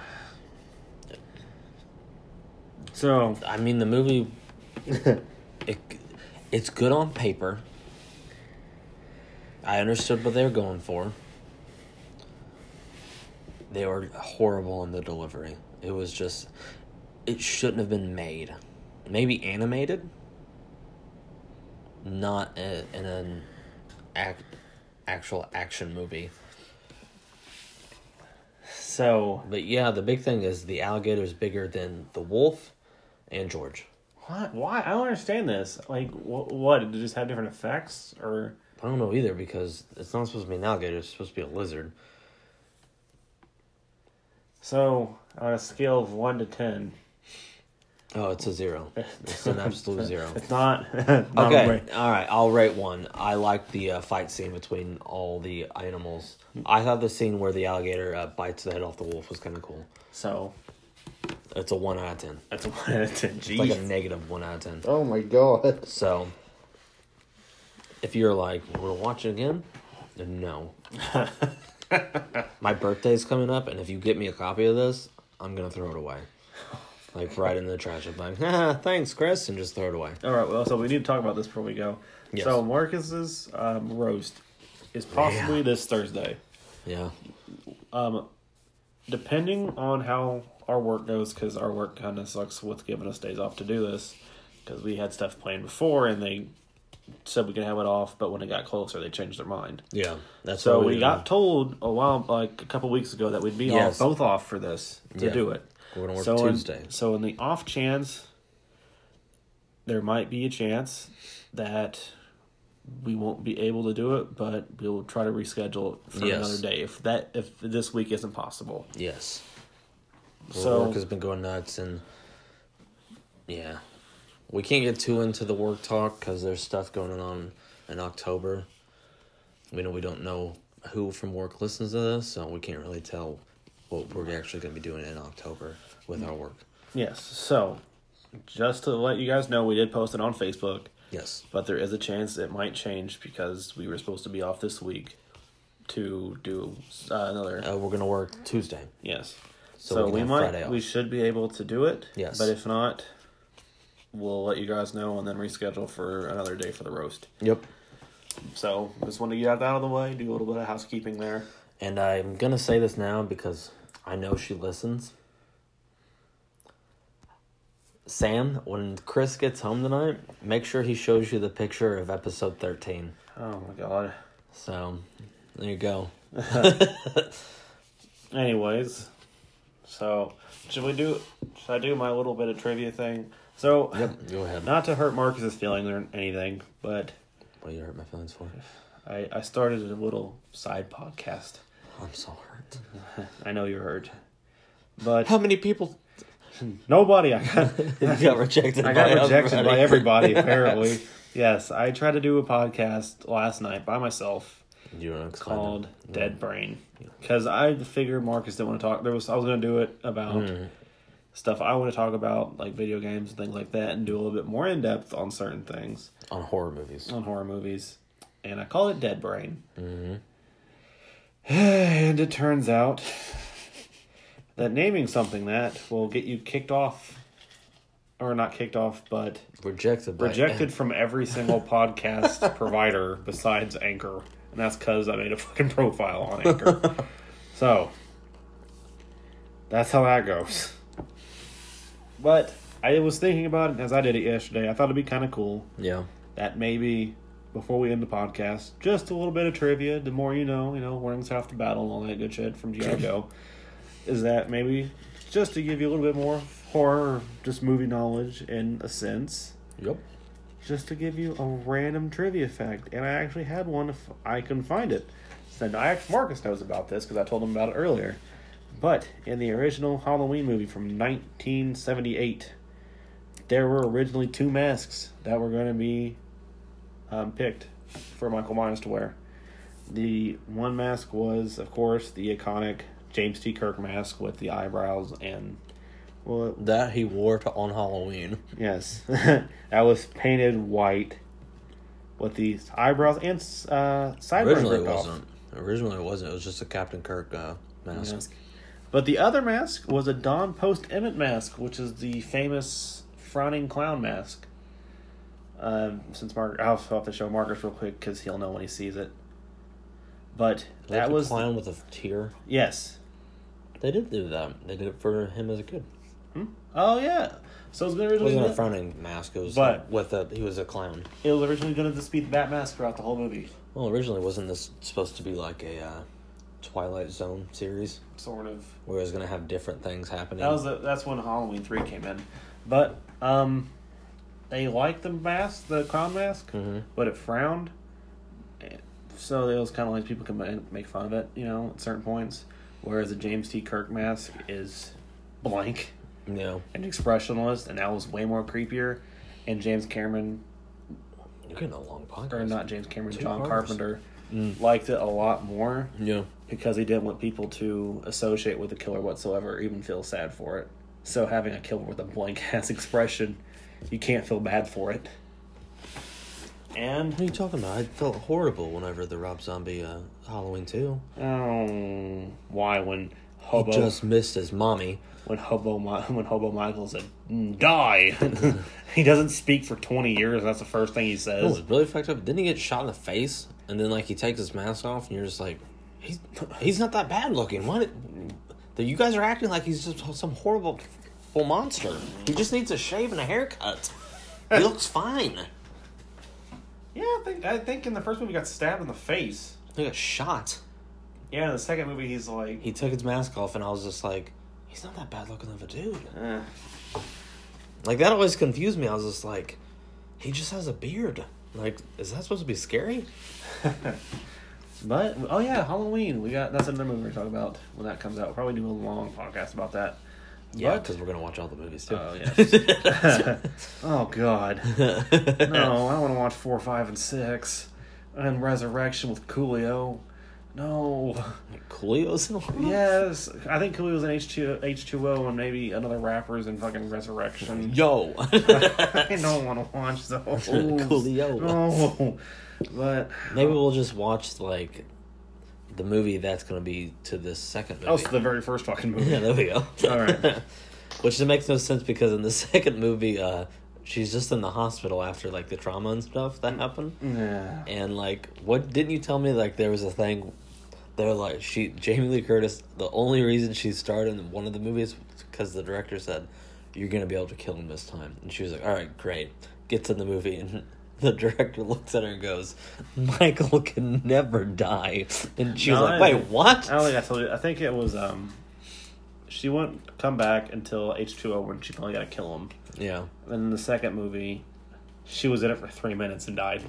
[SPEAKER 2] So,
[SPEAKER 1] I mean, the movie it it's good on paper. I understood what they were going for. They were horrible in the delivery. It was just it shouldn't have been made. Maybe animated. Not a, in an act, actual action movie.
[SPEAKER 2] so
[SPEAKER 1] But yeah, the big thing is the alligator's bigger than the wolf and George.
[SPEAKER 2] what? Why? I don't understand this. Like, wh- what? Did it just have different effects, or
[SPEAKER 1] I don't know either because it's not supposed to be an alligator. It's supposed to be a lizard.
[SPEAKER 2] so? On a scale of one to ten,
[SPEAKER 1] Oh, it's a zero. It's an absolute zero.
[SPEAKER 2] it's not.
[SPEAKER 3] *laughs*
[SPEAKER 2] not
[SPEAKER 1] Okay,
[SPEAKER 2] great.
[SPEAKER 1] all right. I'll rate one. I like the uh, fight scene between all the animals. I thought the scene where the alligator uh, bites the head off the wolf was kind of cool.
[SPEAKER 2] So
[SPEAKER 1] It's a one out of ten.
[SPEAKER 2] that's a one out of ten.
[SPEAKER 1] It's
[SPEAKER 2] Jeez.
[SPEAKER 1] like a negative one out of ten.
[SPEAKER 4] *laughs* Oh my god.
[SPEAKER 1] So, if you're like, want to watch it again? Then No. My birthday's coming up, and if you get me a copy of this, I'm gonna throw it away, like right in the trash. I'm like, *laughs* ah, thanks, Chris, and just throw it away.
[SPEAKER 2] All right. Well, so we need to talk about this before we go.
[SPEAKER 1] Yes.
[SPEAKER 2] So Marcus's um, roast is possibly
[SPEAKER 1] Yeah.
[SPEAKER 2] this Thursday.
[SPEAKER 1] Yeah.
[SPEAKER 2] Um, depending on how our work goes, because our work kind of sucks with giving us days off to do this, because we had stuff planned before and they said we could have it off, but when it got closer, they changed their mind.
[SPEAKER 1] Yeah, that's
[SPEAKER 2] So
[SPEAKER 1] what
[SPEAKER 2] we
[SPEAKER 1] do.
[SPEAKER 2] got told a while, like a couple weeks ago, that we'd be
[SPEAKER 1] Yes.
[SPEAKER 2] all, both off for this to
[SPEAKER 1] Yeah.
[SPEAKER 2] do it.
[SPEAKER 1] We're gonna work
[SPEAKER 2] in-
[SPEAKER 1] Tuesday.
[SPEAKER 2] so in the off chance, there might be a chance that we won't be able to do it, but we'll try to reschedule it for
[SPEAKER 1] Yes.
[SPEAKER 2] another day if that if this week isn't possible.
[SPEAKER 1] yes.
[SPEAKER 2] So-
[SPEAKER 1] work has been going nuts, and yeah, we can't get too into the work talk because there's stuff going on in October. We know we don't know who from work listens to this, so we can't really tell what we're actually going to be doing in October with our work.
[SPEAKER 2] Yes. So just to let you guys know, we did post it on Facebook,
[SPEAKER 1] Yes,
[SPEAKER 2] but there is a chance it might change because we were supposed to be off this week to do uh, another.
[SPEAKER 1] uh, we're going to work Tuesday.
[SPEAKER 2] Yes.
[SPEAKER 1] So
[SPEAKER 2] So,
[SPEAKER 1] we can
[SPEAKER 2] we,
[SPEAKER 1] have
[SPEAKER 2] might
[SPEAKER 1] Friday off.
[SPEAKER 2] we should be able to do it.
[SPEAKER 1] Yes.
[SPEAKER 2] But if not, we'll let you guys know and then reschedule for another day for the roast.
[SPEAKER 1] Yep.
[SPEAKER 2] So just want to get that out of the way, do a little bit of housekeeping there.
[SPEAKER 1] And I'm going to say this now because I know she listens. Sam, when Chris gets home tonight, make sure he shows you the picture of episode 13.
[SPEAKER 2] Oh my god.
[SPEAKER 1] So, there you
[SPEAKER 2] *laughs*
[SPEAKER 1] go.
[SPEAKER 2] Anyways, so should we do should I do my little bit of trivia thing? So
[SPEAKER 1] Go ahead.
[SPEAKER 2] not to hurt Marcus's feelings or anything, but
[SPEAKER 1] What do you hurt my feelings for?
[SPEAKER 2] I, I started a little side podcast.
[SPEAKER 1] I'm so hurt.
[SPEAKER 2] I know you're hurt. But
[SPEAKER 1] How many
[SPEAKER 2] *laughs*
[SPEAKER 1] people
[SPEAKER 2] nobody I
[SPEAKER 1] *laughs*
[SPEAKER 2] got
[SPEAKER 1] got rejected?
[SPEAKER 2] I got
[SPEAKER 1] by
[SPEAKER 2] rejection by
[SPEAKER 1] everybody? *laughs*
[SPEAKER 2] everybody, apparently. yes, I tried to do a podcast last night by myself
[SPEAKER 1] You want to explain?
[SPEAKER 2] called
[SPEAKER 1] it?
[SPEAKER 2] Dead Brain because I figured Marcus didn't want to talk. There was I was going to do it about stuff I want to talk about, like video games and things like that, and do a little bit more in depth on certain things
[SPEAKER 1] on horror movies.
[SPEAKER 2] on horror movies, and I call it Dead Brain. *sighs* And it turns out that naming something that will get you kicked off, or not kicked off, but
[SPEAKER 1] Rejected. By
[SPEAKER 2] rejected from every single podcast provider besides Anchor, and that's because I made a fucking profile on Anchor. so that's how that goes. But I was thinking about it as I did it yesterday. I thought it'd be kind of cool
[SPEAKER 1] Yeah.
[SPEAKER 2] that maybe before we end the podcast, just a little bit of trivia. The more you know, you know, warnings after battle and all that good shit from GI Joe. is that maybe just to give you a little bit more horror, just movie knowledge in a sense,
[SPEAKER 1] Yep.
[SPEAKER 2] just to give you a random trivia fact. And I actually had one if I can find it. So now actually Marcus knows about this because I told him about it earlier. But in the original Halloween movie from 1978, there were originally two masks that were going to be um, picked for Michael Myers to wear. The one mask was, of course, the iconic James T. Kirk mask with the eyebrows and well, it
[SPEAKER 1] That he wore to on Halloween.
[SPEAKER 2] Yes, *laughs* that was painted white with these eyebrows and uh, sideburns
[SPEAKER 1] Originally it
[SPEAKER 2] ripped off.
[SPEAKER 1] wasn't. Originally it wasn't. It was just a Captain Kirk uh, mask.
[SPEAKER 2] Mask. But the other mask was a Don Post Emmett mask, which is the famous frowning clown mask. Um, since Mark, I'll have to show Marcus real quick because he'll know when he sees it. But
[SPEAKER 1] Like
[SPEAKER 2] that
[SPEAKER 1] the
[SPEAKER 2] was
[SPEAKER 1] clown with a tear.
[SPEAKER 2] yes.
[SPEAKER 1] They did do that. They did it for him as a kid.
[SPEAKER 2] Oh yeah. So it was
[SPEAKER 1] It
[SPEAKER 2] originally
[SPEAKER 1] wasn't a
[SPEAKER 2] gonna,
[SPEAKER 1] frowning mask. It was
[SPEAKER 2] But-
[SPEAKER 1] with a he was a clown.
[SPEAKER 2] it was originally
[SPEAKER 3] Gonna
[SPEAKER 2] going
[SPEAKER 3] just be that mask throughout the whole movie.
[SPEAKER 1] Well, originally wasn't this supposed to be like a uh, Twilight Zone series
[SPEAKER 3] Sort of.
[SPEAKER 1] where it was gonna have different things happening?
[SPEAKER 3] That was the, that's when Halloween three came in.
[SPEAKER 2] But um, they liked the mask, the clown mask,
[SPEAKER 1] Mm-hmm.
[SPEAKER 2] but it frowned. So it was kind of like people can ma- make fun of it, you know, at certain points. Whereas the James T. Kirk mask is blank
[SPEAKER 1] yeah.
[SPEAKER 2] and expressionless, and that was way more creepier. And James Cameron,
[SPEAKER 1] You're getting a long podcast.
[SPEAKER 2] or not James Cameron,
[SPEAKER 1] Two
[SPEAKER 2] John
[SPEAKER 1] hours.
[SPEAKER 2] Carpenter, liked it a lot more
[SPEAKER 1] Yeah.
[SPEAKER 2] because he didn't want people to associate with the killer whatsoever or even feel sad for it. So having a killer with a blank *laughs* ass expression, you can't feel bad for it.
[SPEAKER 1] What
[SPEAKER 2] And
[SPEAKER 1] are you talking about? I felt horrible whenever the Rob Zombie uh, Halloween two.
[SPEAKER 2] oh, why when
[SPEAKER 1] He
[SPEAKER 2] hobo
[SPEAKER 1] just missed his mommy.
[SPEAKER 2] when hobo Mi- *laughs* when hobo Michael said "Mm, die, *laughs* he doesn't speak for twenty years. That's the first thing he
[SPEAKER 1] It
[SPEAKER 2] says.
[SPEAKER 1] was really fucked up. Didn't he get shot in the face? And then like he takes his mask off, and you're just like, he's he's not that bad looking. What? that You guys are acting like he's just some horrible, horrible monster. He just needs a shave and a haircut.
[SPEAKER 2] *laughs*
[SPEAKER 1] He looks fine.
[SPEAKER 3] Yeah, I think I think in the first movie he got stabbed in the face.
[SPEAKER 1] He got shot.
[SPEAKER 3] Yeah, in the second movie he's like
[SPEAKER 1] He took his mask off, and I was just like, he's not that bad looking of a dude.
[SPEAKER 2] Eh.
[SPEAKER 1] Like that always confused me. I was just like, he just has a beard. Like, is that supposed to be scary?
[SPEAKER 2] But oh yeah, Halloween. We got that's another movie we're talking about when that comes out. We'll probably do a long podcast about that.
[SPEAKER 1] Yeah,
[SPEAKER 2] But-
[SPEAKER 1] because we're gonna watch all the movies too.
[SPEAKER 2] Oh, yes. oh
[SPEAKER 1] *laughs*
[SPEAKER 2] god. *laughs* No, I want to watch four, five, and six, and Resurrection with Coolio. No.
[SPEAKER 1] Coolio's in one.
[SPEAKER 2] Yes, I think Coolio's in H two H two O and maybe another rapper's in fucking Resurrection.
[SPEAKER 1] Yo.
[SPEAKER 2] *laughs*
[SPEAKER 1] *laughs*
[SPEAKER 2] I don't want to watch those.
[SPEAKER 1] Coolio.
[SPEAKER 2] No, but
[SPEAKER 1] Maybe we'll just watch like the movie that's gonna be to this second movie.
[SPEAKER 2] oh, so the very first fucking
[SPEAKER 1] *laughs*
[SPEAKER 2] movie.
[SPEAKER 1] yeah, there we go.
[SPEAKER 2] All right.
[SPEAKER 1] *laughs* Which it makes no sense because in the *laughs* second movie, uh, she's just in the hospital after like the trauma and stuff
[SPEAKER 2] Mm.
[SPEAKER 1] that happened.
[SPEAKER 2] Yeah.
[SPEAKER 1] And like, what didn't you tell me? Like, there was a thing. They're like she Jamie Lee Curtis. The only reason she starred in one of the movies because the director said, "You're gonna be able to kill him this time," and she was like, "All right, great." Gets in the movie and. *laughs* The director looks at her and goes, "Michael can never die," and she was
[SPEAKER 2] No,
[SPEAKER 1] like,
[SPEAKER 2] I-
[SPEAKER 1] "Wait, what?"
[SPEAKER 2] I don't think I told you. I think it was um, she wouldn't come back until H two O when she finally got to kill him.
[SPEAKER 1] Yeah,
[SPEAKER 2] And in the second movie, she was in it for three minutes and died.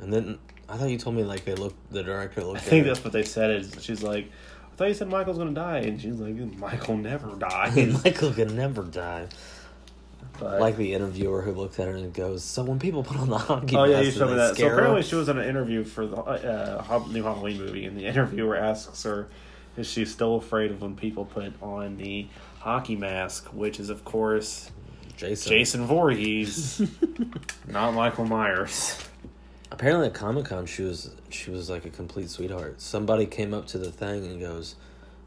[SPEAKER 1] and then I thought you told me like they looked. The director looked.
[SPEAKER 2] I
[SPEAKER 1] at
[SPEAKER 2] think that's
[SPEAKER 1] *laughs* her.
[SPEAKER 2] what they said. Is she's like, I thought you said Michael's gonna die, and she's like, Michael never dies.
[SPEAKER 1] *laughs* Michael can never die.
[SPEAKER 2] But,
[SPEAKER 1] Like the interviewer who looks at her and goes, "So when people put on the hockey
[SPEAKER 2] oh yeah,
[SPEAKER 1] mask,
[SPEAKER 2] you
[SPEAKER 1] do
[SPEAKER 2] showed me
[SPEAKER 1] they
[SPEAKER 2] that. So
[SPEAKER 1] scare her?"
[SPEAKER 2] *laughs* apparently she was in an interview for the uh, uh, Hob- new Halloween movie, and the interviewer asks her, is she's still afraid of when people put on the hockey mask, which is of course
[SPEAKER 1] Jason.
[SPEAKER 2] Jason *laughs* Voorhees, not Michael Myers.
[SPEAKER 1] Apparently at Comic Con she was she was like a complete sweetheart. Somebody came up to the thing and goes,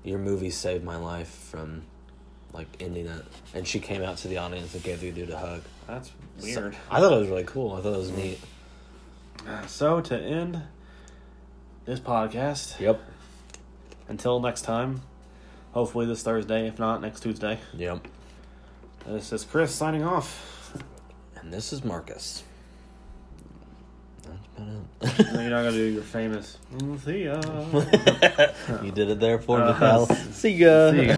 [SPEAKER 1] Your movie saved my life from like ending it and she came out to the audience and gave the dude a hug.
[SPEAKER 2] That's
[SPEAKER 1] So-
[SPEAKER 2] weird.
[SPEAKER 1] I thought it was really cool. I thought it was neat.
[SPEAKER 2] So to end this podcast,
[SPEAKER 1] Yep.
[SPEAKER 2] until next time, hopefully this Thursday, if not next Tuesday.
[SPEAKER 1] Yep.
[SPEAKER 2] This is Chris signing off.
[SPEAKER 1] And this is Marcus. That's
[SPEAKER 2] No, You're not gonna do your famous. "Mm, See ya. *laughs*
[SPEAKER 1] about it. *laughs* you did it there for me,
[SPEAKER 2] Uh, *laughs*
[SPEAKER 1] pal.
[SPEAKER 2] s-
[SPEAKER 1] See ya.
[SPEAKER 2] See ya.